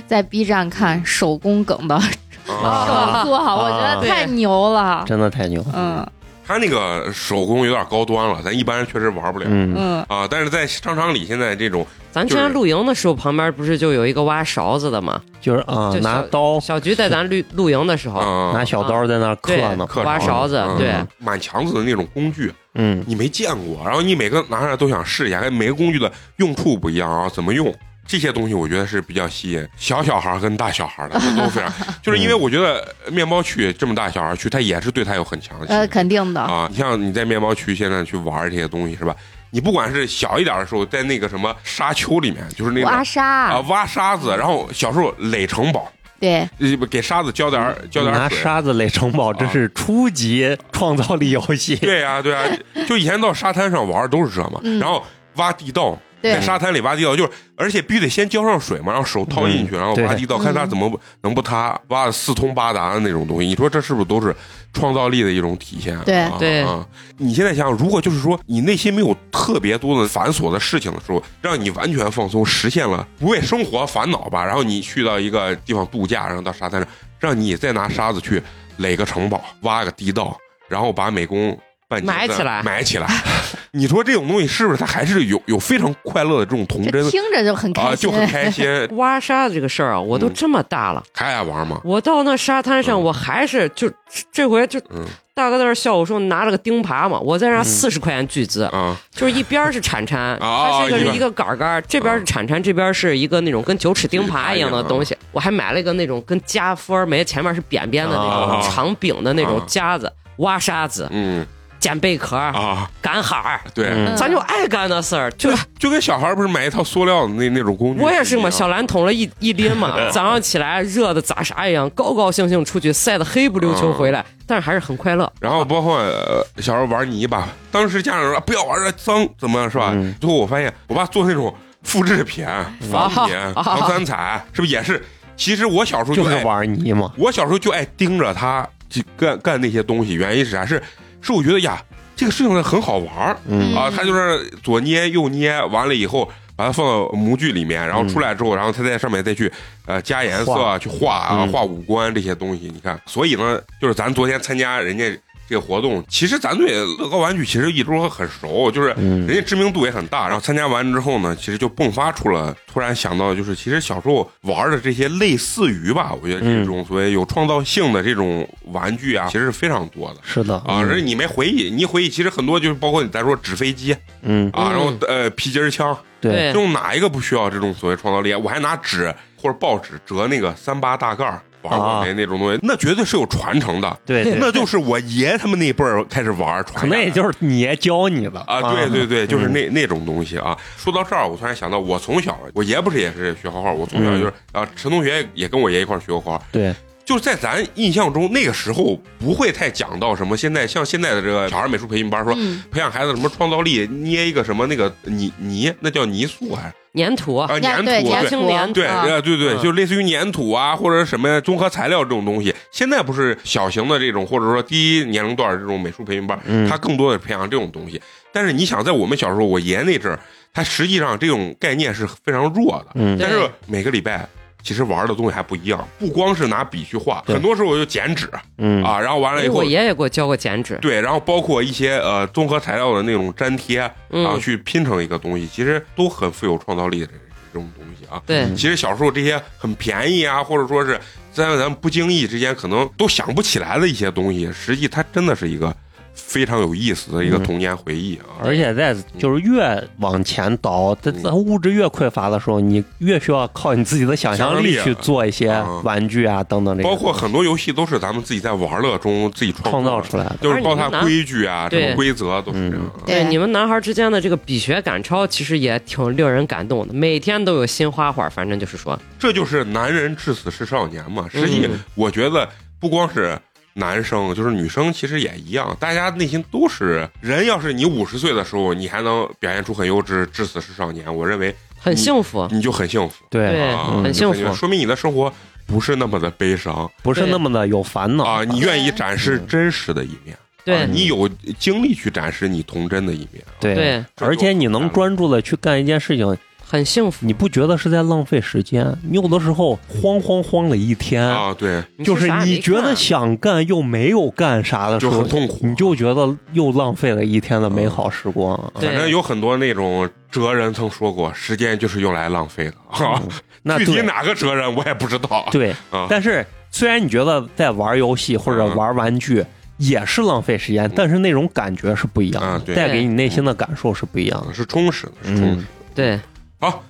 Speaker 3: 在 B 站看手工梗的
Speaker 1: 嗯啊，
Speaker 4: 啊，
Speaker 3: 手作，我觉得
Speaker 2: 对
Speaker 3: 太牛了。
Speaker 4: 真的太牛了。
Speaker 3: 嗯
Speaker 1: 它那个手工有点高端了，咱一般人确实玩不了。
Speaker 4: 嗯，
Speaker 3: 嗯，
Speaker 1: 啊！但是在商场里，现在这种
Speaker 2: 咱之
Speaker 1: 就是
Speaker 2: 前露营的时候，旁边不是就有一个挖勺子的吗？
Speaker 4: 就是啊
Speaker 2: 就，小
Speaker 4: 拿刀
Speaker 2: 小菊在咱露露营的时候，
Speaker 1: 啊，
Speaker 4: 拿小刀在那儿刻呢。
Speaker 1: 课
Speaker 2: 挖勺子
Speaker 1: 嗯
Speaker 2: 对
Speaker 4: 啊
Speaker 1: 满墙子的那种工具，
Speaker 4: 嗯，
Speaker 1: 你没见过，然后你每个拿上来都想试一下，哎每个工具的用处不一样啊，怎么用？这些东西我觉得是比较吸引小小孩儿跟大小孩儿的都非常，就是因为我觉得面包区这么大小孩儿去，他也是对他有很强的吸
Speaker 3: 呃，
Speaker 1: 引
Speaker 3: 肯定的，
Speaker 1: 啊。你像你在面包区现在去玩儿这些东西是吧？你不管是小一点儿的时候，在那个什么沙丘里面，就是那
Speaker 3: 挖
Speaker 1: 种啊
Speaker 3: 沙，
Speaker 1: 挖沙子，然后小时候垒城堡，
Speaker 3: 对，
Speaker 1: 呃给沙子浇点儿浇点
Speaker 4: 拿
Speaker 1: 儿水，啊
Speaker 4: 沙子垒城堡，这是初级创造力游戏。
Speaker 1: 对呀、对呀、啊 就以前到沙滩上玩儿都是这嘛，
Speaker 3: 嗯
Speaker 1: 然后挖地道，
Speaker 3: 对
Speaker 1: 在沙滩里挖地道，就是而且必须得先浇上水嘛，然后手掏进去，然后挖地道，看
Speaker 3: 嗯
Speaker 1: 它怎么不能不塌，挖的四通八达的那种东西。你说这是不是都是创造力的一种体现？
Speaker 3: 对
Speaker 1: 啊
Speaker 2: 对
Speaker 1: 啊。你现在想想，如果就是说你内心没有特别多的繁琐的事情的时候，让你完全放松，实现了不为生活烦恼吧，然后你去到一个地方度假，然后到沙滩上，让你再拿沙子去垒个城堡，挖个地道，然后把美工。半截子
Speaker 2: 埋起来
Speaker 1: 埋起来。 你说这种东西是不是它还是有有非常快乐的这种童真
Speaker 3: 这听着就很
Speaker 1: 啊，
Speaker 3: 开
Speaker 1: 就
Speaker 3: 心。
Speaker 1: 很开 心，
Speaker 2: 挖沙子这个事儿啊，我都这么大了，
Speaker 1: 还爱玩嘛？
Speaker 2: 我到那沙滩上，
Speaker 1: 嗯
Speaker 2: 我还是就这回就
Speaker 1: 嗯
Speaker 2: 大哥在那儿笑我说拿了个钉耙嘛，我在那四十块钱巨资，
Speaker 1: 啊
Speaker 2: 就是一边儿是铲铲，
Speaker 1: 啊
Speaker 2: 它这个
Speaker 1: 一
Speaker 2: 是
Speaker 1: 边
Speaker 2: 一个杆儿杆儿，这边儿是铲铲，这边儿是一个那种跟九齿钉耙一样的东西。我还买了一个那种跟夹夫儿没前面是扁扁的那
Speaker 1: 啊
Speaker 2: 种长柄的那种
Speaker 1: 啊
Speaker 2: 夹子，挖沙子、
Speaker 1: 嗯
Speaker 2: 捡贝壳、
Speaker 1: 啊，
Speaker 2: 赶海儿，
Speaker 1: 对，
Speaker 4: 嗯
Speaker 2: 咱就爱干那事儿。就是
Speaker 1: 就跟小孩儿不是买一套塑料的那那种工具一样，
Speaker 2: 我也是嘛，小蓝桶了一一拎嘛，早上起来热的咋啥一样，高高兴兴出去晒得黑不溜秋回来，但是还是很快乐。
Speaker 1: 然后包括、呃小时候玩泥巴，当时家长说不要玩这脏，怎么样是吧？最后我发现我爸做那种复制品、仿品、
Speaker 2: 啊
Speaker 1: 防三彩，是不是也是？其实我小时候
Speaker 4: 就是
Speaker 1: 爱
Speaker 4: 玩泥嘛，
Speaker 1: 我小时候就爱盯着他去干干那些东西，原因是啥？是是我觉得呀，这个事情很好玩儿、
Speaker 4: 嗯
Speaker 1: 啊，他就是左捏右捏，完了以后把它放到模具里面，然后出来之后，然后他在上面再去呃加颜色
Speaker 4: 画
Speaker 1: 去画啊，
Speaker 4: 嗯
Speaker 1: 画五官这些东西。你看，所以呢，就是咱昨天参加人家。这个活动其实咱对乐高玩具其实一直都很熟，就是
Speaker 4: 嗯
Speaker 1: 人家知名度也很大。然后参加完之后呢，其实就迸发出了，突然想到就是其实小时候玩的这些类似于吧，我觉得这
Speaker 4: 嗯
Speaker 1: 种所谓有创造性的这种玩具啊，其实是非常多的。
Speaker 4: 是的
Speaker 1: 啊，而且你没回忆，你一回忆其实很多就是包括你咱说纸飞机
Speaker 4: 嗯，
Speaker 1: 啊，
Speaker 2: 嗯
Speaker 1: 然后呃皮筋儿枪，
Speaker 4: 对，
Speaker 1: 这种哪一个不需要这种所谓创造力？我还拿纸或者报纸折那个三八大盖儿，玩过没那种东西，那绝对是有传承的。
Speaker 4: 啊对对，
Speaker 1: 那就是我爷他们那辈儿开始玩儿传下来的，
Speaker 4: 可能也就是嗯你爷教你的
Speaker 1: 啊，对对对，就是那、那种东西啊。说到这儿，我突然想到，我从小，我爷不是也是学画画，我从小就是、
Speaker 4: 嗯
Speaker 1: 啊，陈同学也跟我爷一块儿学过画，
Speaker 4: 对，
Speaker 1: 就是在咱印象中，那个时候不会太讲到什么。现在像现在的这个小孩美术培训班说，
Speaker 3: 嗯
Speaker 1: 培养孩子什么创造力，捏一个什么那个泥泥，那叫泥塑还是
Speaker 2: 粘土
Speaker 1: 啊
Speaker 3: 呀
Speaker 1: 粘
Speaker 3: 对
Speaker 1: 土？
Speaker 2: 粘
Speaker 1: 对
Speaker 2: 土年
Speaker 1: 对
Speaker 2: 啊
Speaker 1: 呃对对，
Speaker 2: 嗯
Speaker 1: 就类似于粘土啊，或者什么综合材料这种东西。现在不是小型的这种，或者说低年龄段这种美术培训班，
Speaker 4: 嗯
Speaker 1: 它更多的培养这种东西。但是你想，在我们小时候，我爷那阵儿，他实际上这种概念是非常弱的。
Speaker 4: 嗯
Speaker 1: 但
Speaker 2: 对
Speaker 1: 是每个礼拜其实玩的东西还不一样，不光是拿笔去画，
Speaker 4: 对
Speaker 1: 很多时候我就剪纸
Speaker 4: 嗯
Speaker 1: 啊，然后完了以后
Speaker 2: 哎我。爷爷给我教过剪纸，
Speaker 1: 对，然后包括一些呃综合材料的那种粘贴啊，
Speaker 2: 嗯
Speaker 1: 去拼成一个东西，其实都很富有创造力的这种东西啊。
Speaker 2: 对
Speaker 1: 其实小时候这些很便宜啊，或者说是在咱们不经意之间可能都想不起来的一些东西，实际它真的是一个非常有意思的一个
Speaker 4: 嗯
Speaker 1: 童年回忆啊。
Speaker 4: 而且在就是越往前倒，
Speaker 1: 嗯
Speaker 4: 在咱物质越匮乏的时候，你越需要靠你自己的想象力去做一些玩具啊等等这些，
Speaker 1: 包括很多游戏都是咱们自己在玩乐中自己
Speaker 4: 创
Speaker 1: 造
Speaker 4: 造出来的。嗯
Speaker 1: 就是包括它规矩啊，
Speaker 2: 对
Speaker 1: 这种规则都是这样。
Speaker 3: 对
Speaker 2: 你们男孩之间的这个比学赶超，其实也挺令人感动的。每天都有新花活，反正就是说，
Speaker 1: 这就是男人至死是少年嘛。实际
Speaker 2: 嗯
Speaker 1: 我觉得不光是男生，就是女生其实也一样，大家内心都是人。要是你五十岁的时候，你还能表现出很幼稚，至死是少年，我认为
Speaker 2: 很幸福，
Speaker 1: 你就很幸福，
Speaker 4: 对，
Speaker 2: 对
Speaker 1: 啊、
Speaker 4: 嗯
Speaker 2: 很幸
Speaker 1: 就
Speaker 2: 福。
Speaker 1: 说明你的生活不是那么的悲伤
Speaker 4: 不是那么的有烦恼
Speaker 1: 啊，你愿意展示真实的一面，啊
Speaker 2: 对
Speaker 1: 你有精力去展示你童真的一面。
Speaker 4: 对
Speaker 2: 对，
Speaker 4: 而且你能专注的去干一件事情，
Speaker 2: 很幸福。
Speaker 4: 你不觉得是在浪费时间？你有的时候慌慌慌了一天，
Speaker 1: 啊，对，
Speaker 4: 就是你觉
Speaker 2: 啊
Speaker 4: 得想干啊又没有干啥的时
Speaker 1: 就
Speaker 4: 候
Speaker 1: 很，痛苦，
Speaker 4: 你就觉得又浪费了一天的美好时光。
Speaker 2: 对
Speaker 1: 啊反正有很多那种哲人曾说过，时间就是用来浪费的。哈，
Speaker 4: 嗯那
Speaker 1: 啊 具体
Speaker 4: 对
Speaker 1: 哪个哲人我也不知道。
Speaker 4: 对，
Speaker 1: 啊，
Speaker 4: 但是虽然你觉得在玩游戏或者玩玩具也是浪费时间，但是那种感觉是不一样
Speaker 1: 啊
Speaker 4: 的，
Speaker 1: 对
Speaker 4: 带给你内心的感受是不一样的。
Speaker 1: 啊是充实的，是充实
Speaker 4: 嗯
Speaker 1: 的。，
Speaker 2: 对，
Speaker 1: 好，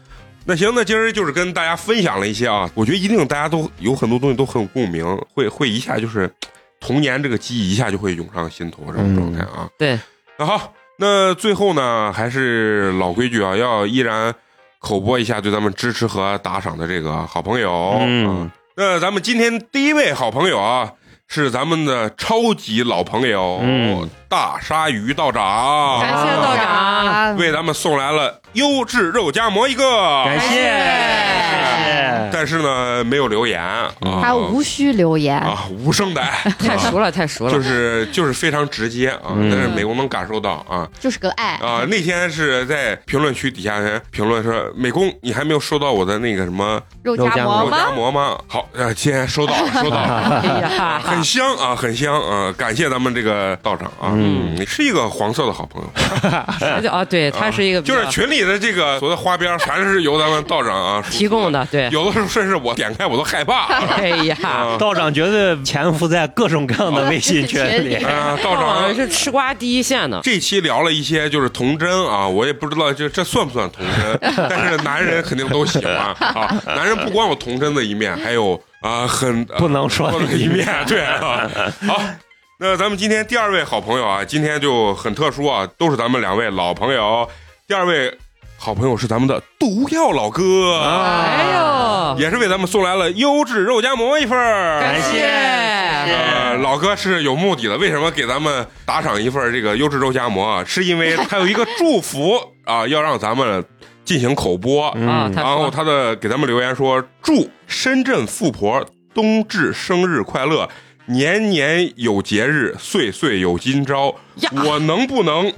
Speaker 1: 那行，那今儿就是跟大家分享了一些啊，我觉得一定大家都有很多东西都很有共鸣，会会一下就是童年这个记忆一下就会涌上心头这种状态
Speaker 4: 嗯
Speaker 1: 啊。
Speaker 2: 对，
Speaker 1: 那好，那最后呢，还是老规矩啊，要依然口播一下对咱们支持和打赏的这个好朋友。啊
Speaker 4: 嗯，
Speaker 1: 那咱们今天第一位好朋友啊，是咱们的超级老朋友，
Speaker 4: 嗯
Speaker 1: 大鲨鱼道长，
Speaker 2: 感谢道
Speaker 3: 啊
Speaker 2: 长
Speaker 1: 为咱们送来了优质肉夹馍一个，
Speaker 4: 感谢，
Speaker 3: 哎
Speaker 4: 感谢
Speaker 1: 但是呢，没有留言啊，
Speaker 3: 他无需留言，
Speaker 1: 啊无声的，
Speaker 2: 太熟了，太熟
Speaker 1: 就
Speaker 2: 了。
Speaker 1: 是就是非常直接啊，
Speaker 4: 嗯
Speaker 1: 但是美工能感受到啊
Speaker 3: 就是个爱。
Speaker 1: 啊！那天是在评论区底下人评论说，美工你还没有收到我的那个什么
Speaker 3: 肉
Speaker 4: 肉夹
Speaker 3: 夹馍
Speaker 1: 肉夹
Speaker 3: 吗？
Speaker 1: 馍吗？好，呃，今天收到了，收到了。
Speaker 2: 哎呀，
Speaker 1: 很香啊，很香啊！感谢咱们这个道长啊，
Speaker 4: 嗯
Speaker 1: 嗯，是一个黄色的好朋友，
Speaker 2: 啊，对，他是一个比
Speaker 1: 就
Speaker 2: 较
Speaker 1: 是群里的这个所谓花边，全是由咱们道长啊
Speaker 2: 提供的，对。
Speaker 1: 有的时候甚至我点开我都害 怕
Speaker 2: 哎呀，
Speaker 1: 啊！
Speaker 4: 道长绝对潜伏在各种各样的微信群里。
Speaker 1: 啊，道
Speaker 2: 网
Speaker 1: 长
Speaker 2: 是吃瓜第一线的，
Speaker 1: 这期聊了一些就是童真啊，我也不知道这这算不算童 真，但是男人肯定都喜欢啊。男人不光有童真的一面，还有啊很
Speaker 4: 不能说
Speaker 1: 多
Speaker 4: 的
Speaker 1: 了一 面，对啊。好，那咱们今天第二位好朋友啊，今天就很特殊啊，都是咱们两位老朋友。第二位好朋友是咱们的毒药老哥，
Speaker 2: 哎呦，
Speaker 1: 也是为咱们送来了优质肉夹馍一份儿。
Speaker 2: 感谢，
Speaker 1: 呃，老哥是有目的的，为什么给咱们打赏一份儿这个优质肉夹馍啊？是因 为他有一个祝福啊，要让咱们进行口播。
Speaker 2: 啊，
Speaker 4: 嗯
Speaker 2: 他
Speaker 1: 然后
Speaker 2: 说
Speaker 1: 他的给咱们留言说：“祝深圳富婆冬至生日快乐，年年有节日，岁岁有今朝。
Speaker 2: 呀
Speaker 1: 我能不能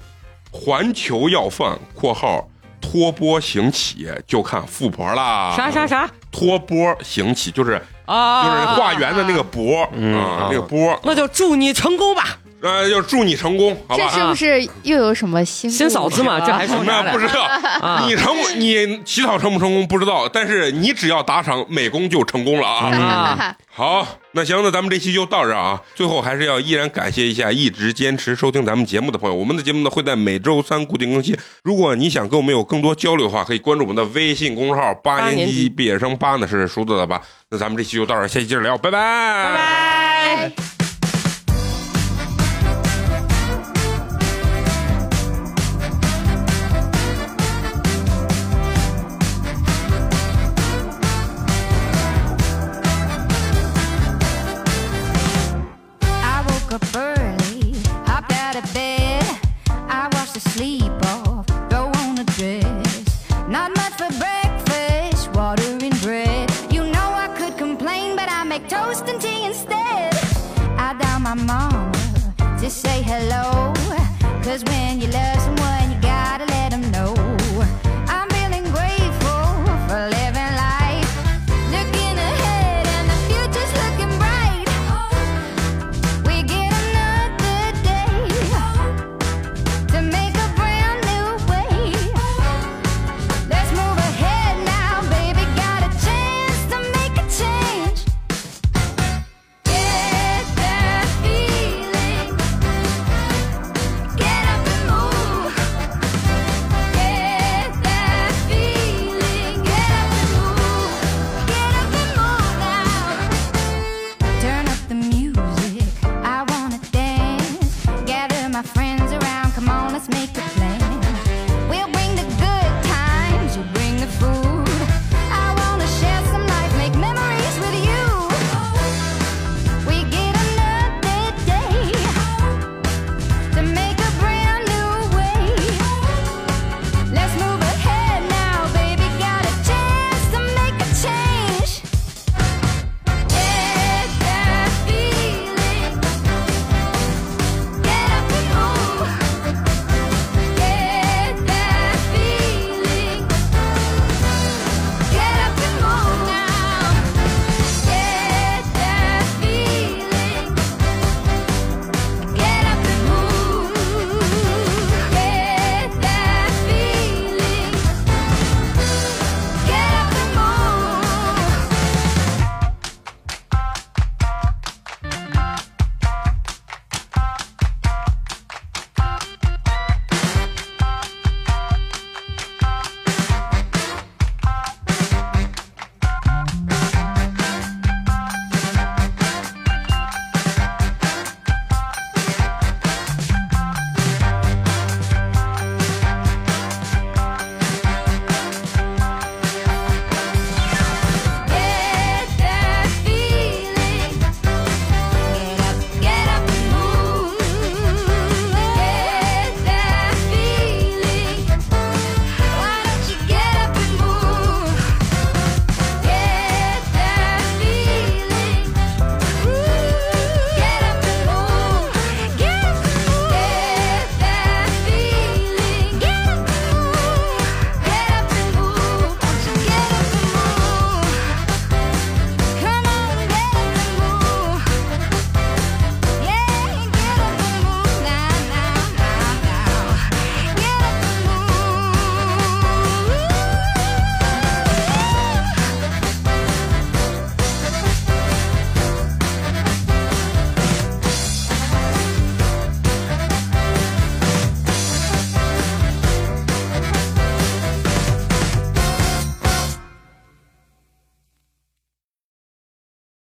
Speaker 1: 环球要饭（括号脱波行起）就看富婆啦。
Speaker 2: 啥啥啥
Speaker 1: 脱波行起就是
Speaker 2: 啊，
Speaker 1: 就是化缘的那个波啊、
Speaker 4: 嗯
Speaker 1: 那个波。
Speaker 2: 那就祝你成功吧，
Speaker 1: 呃，要祝你成功，好
Speaker 3: 这
Speaker 1: 吧？
Speaker 3: 是不是又有什么新
Speaker 2: 新嫂子嘛，
Speaker 3: 故事
Speaker 2: 这
Speaker 3: 啊
Speaker 2: 还说啥
Speaker 1: 那啊不
Speaker 2: 来
Speaker 1: 知道，
Speaker 2: 啊？
Speaker 1: 你成功你乞讨成不成功不知道，但是你只要打赏美工就成功了啊！
Speaker 2: 嗯
Speaker 3: 啊
Speaker 2: 啊？
Speaker 1: 好，那行，那咱们这期就到这儿啊。最后还是要依然感谢一下一直坚持收听咱们节目的朋友。我们的节目呢会在每周三固定更新。如果你想跟我们有更多交流的话，可以关注我们的微信公众号“八年
Speaker 2: 年
Speaker 1: 级
Speaker 2: 级
Speaker 1: 毕业生八”，呢是数字的八。那咱们这期就到这儿，下期接着聊，拜拜，
Speaker 2: 拜
Speaker 1: 拜
Speaker 2: 拜。
Speaker 5: I woke up early, hopped out of bed. I washed the sleep off, throw on a dress. Not much for breakfast, water and bread. You know I could complain, but I make toast and tea instead. I dial my mama to say hello. Cause when you love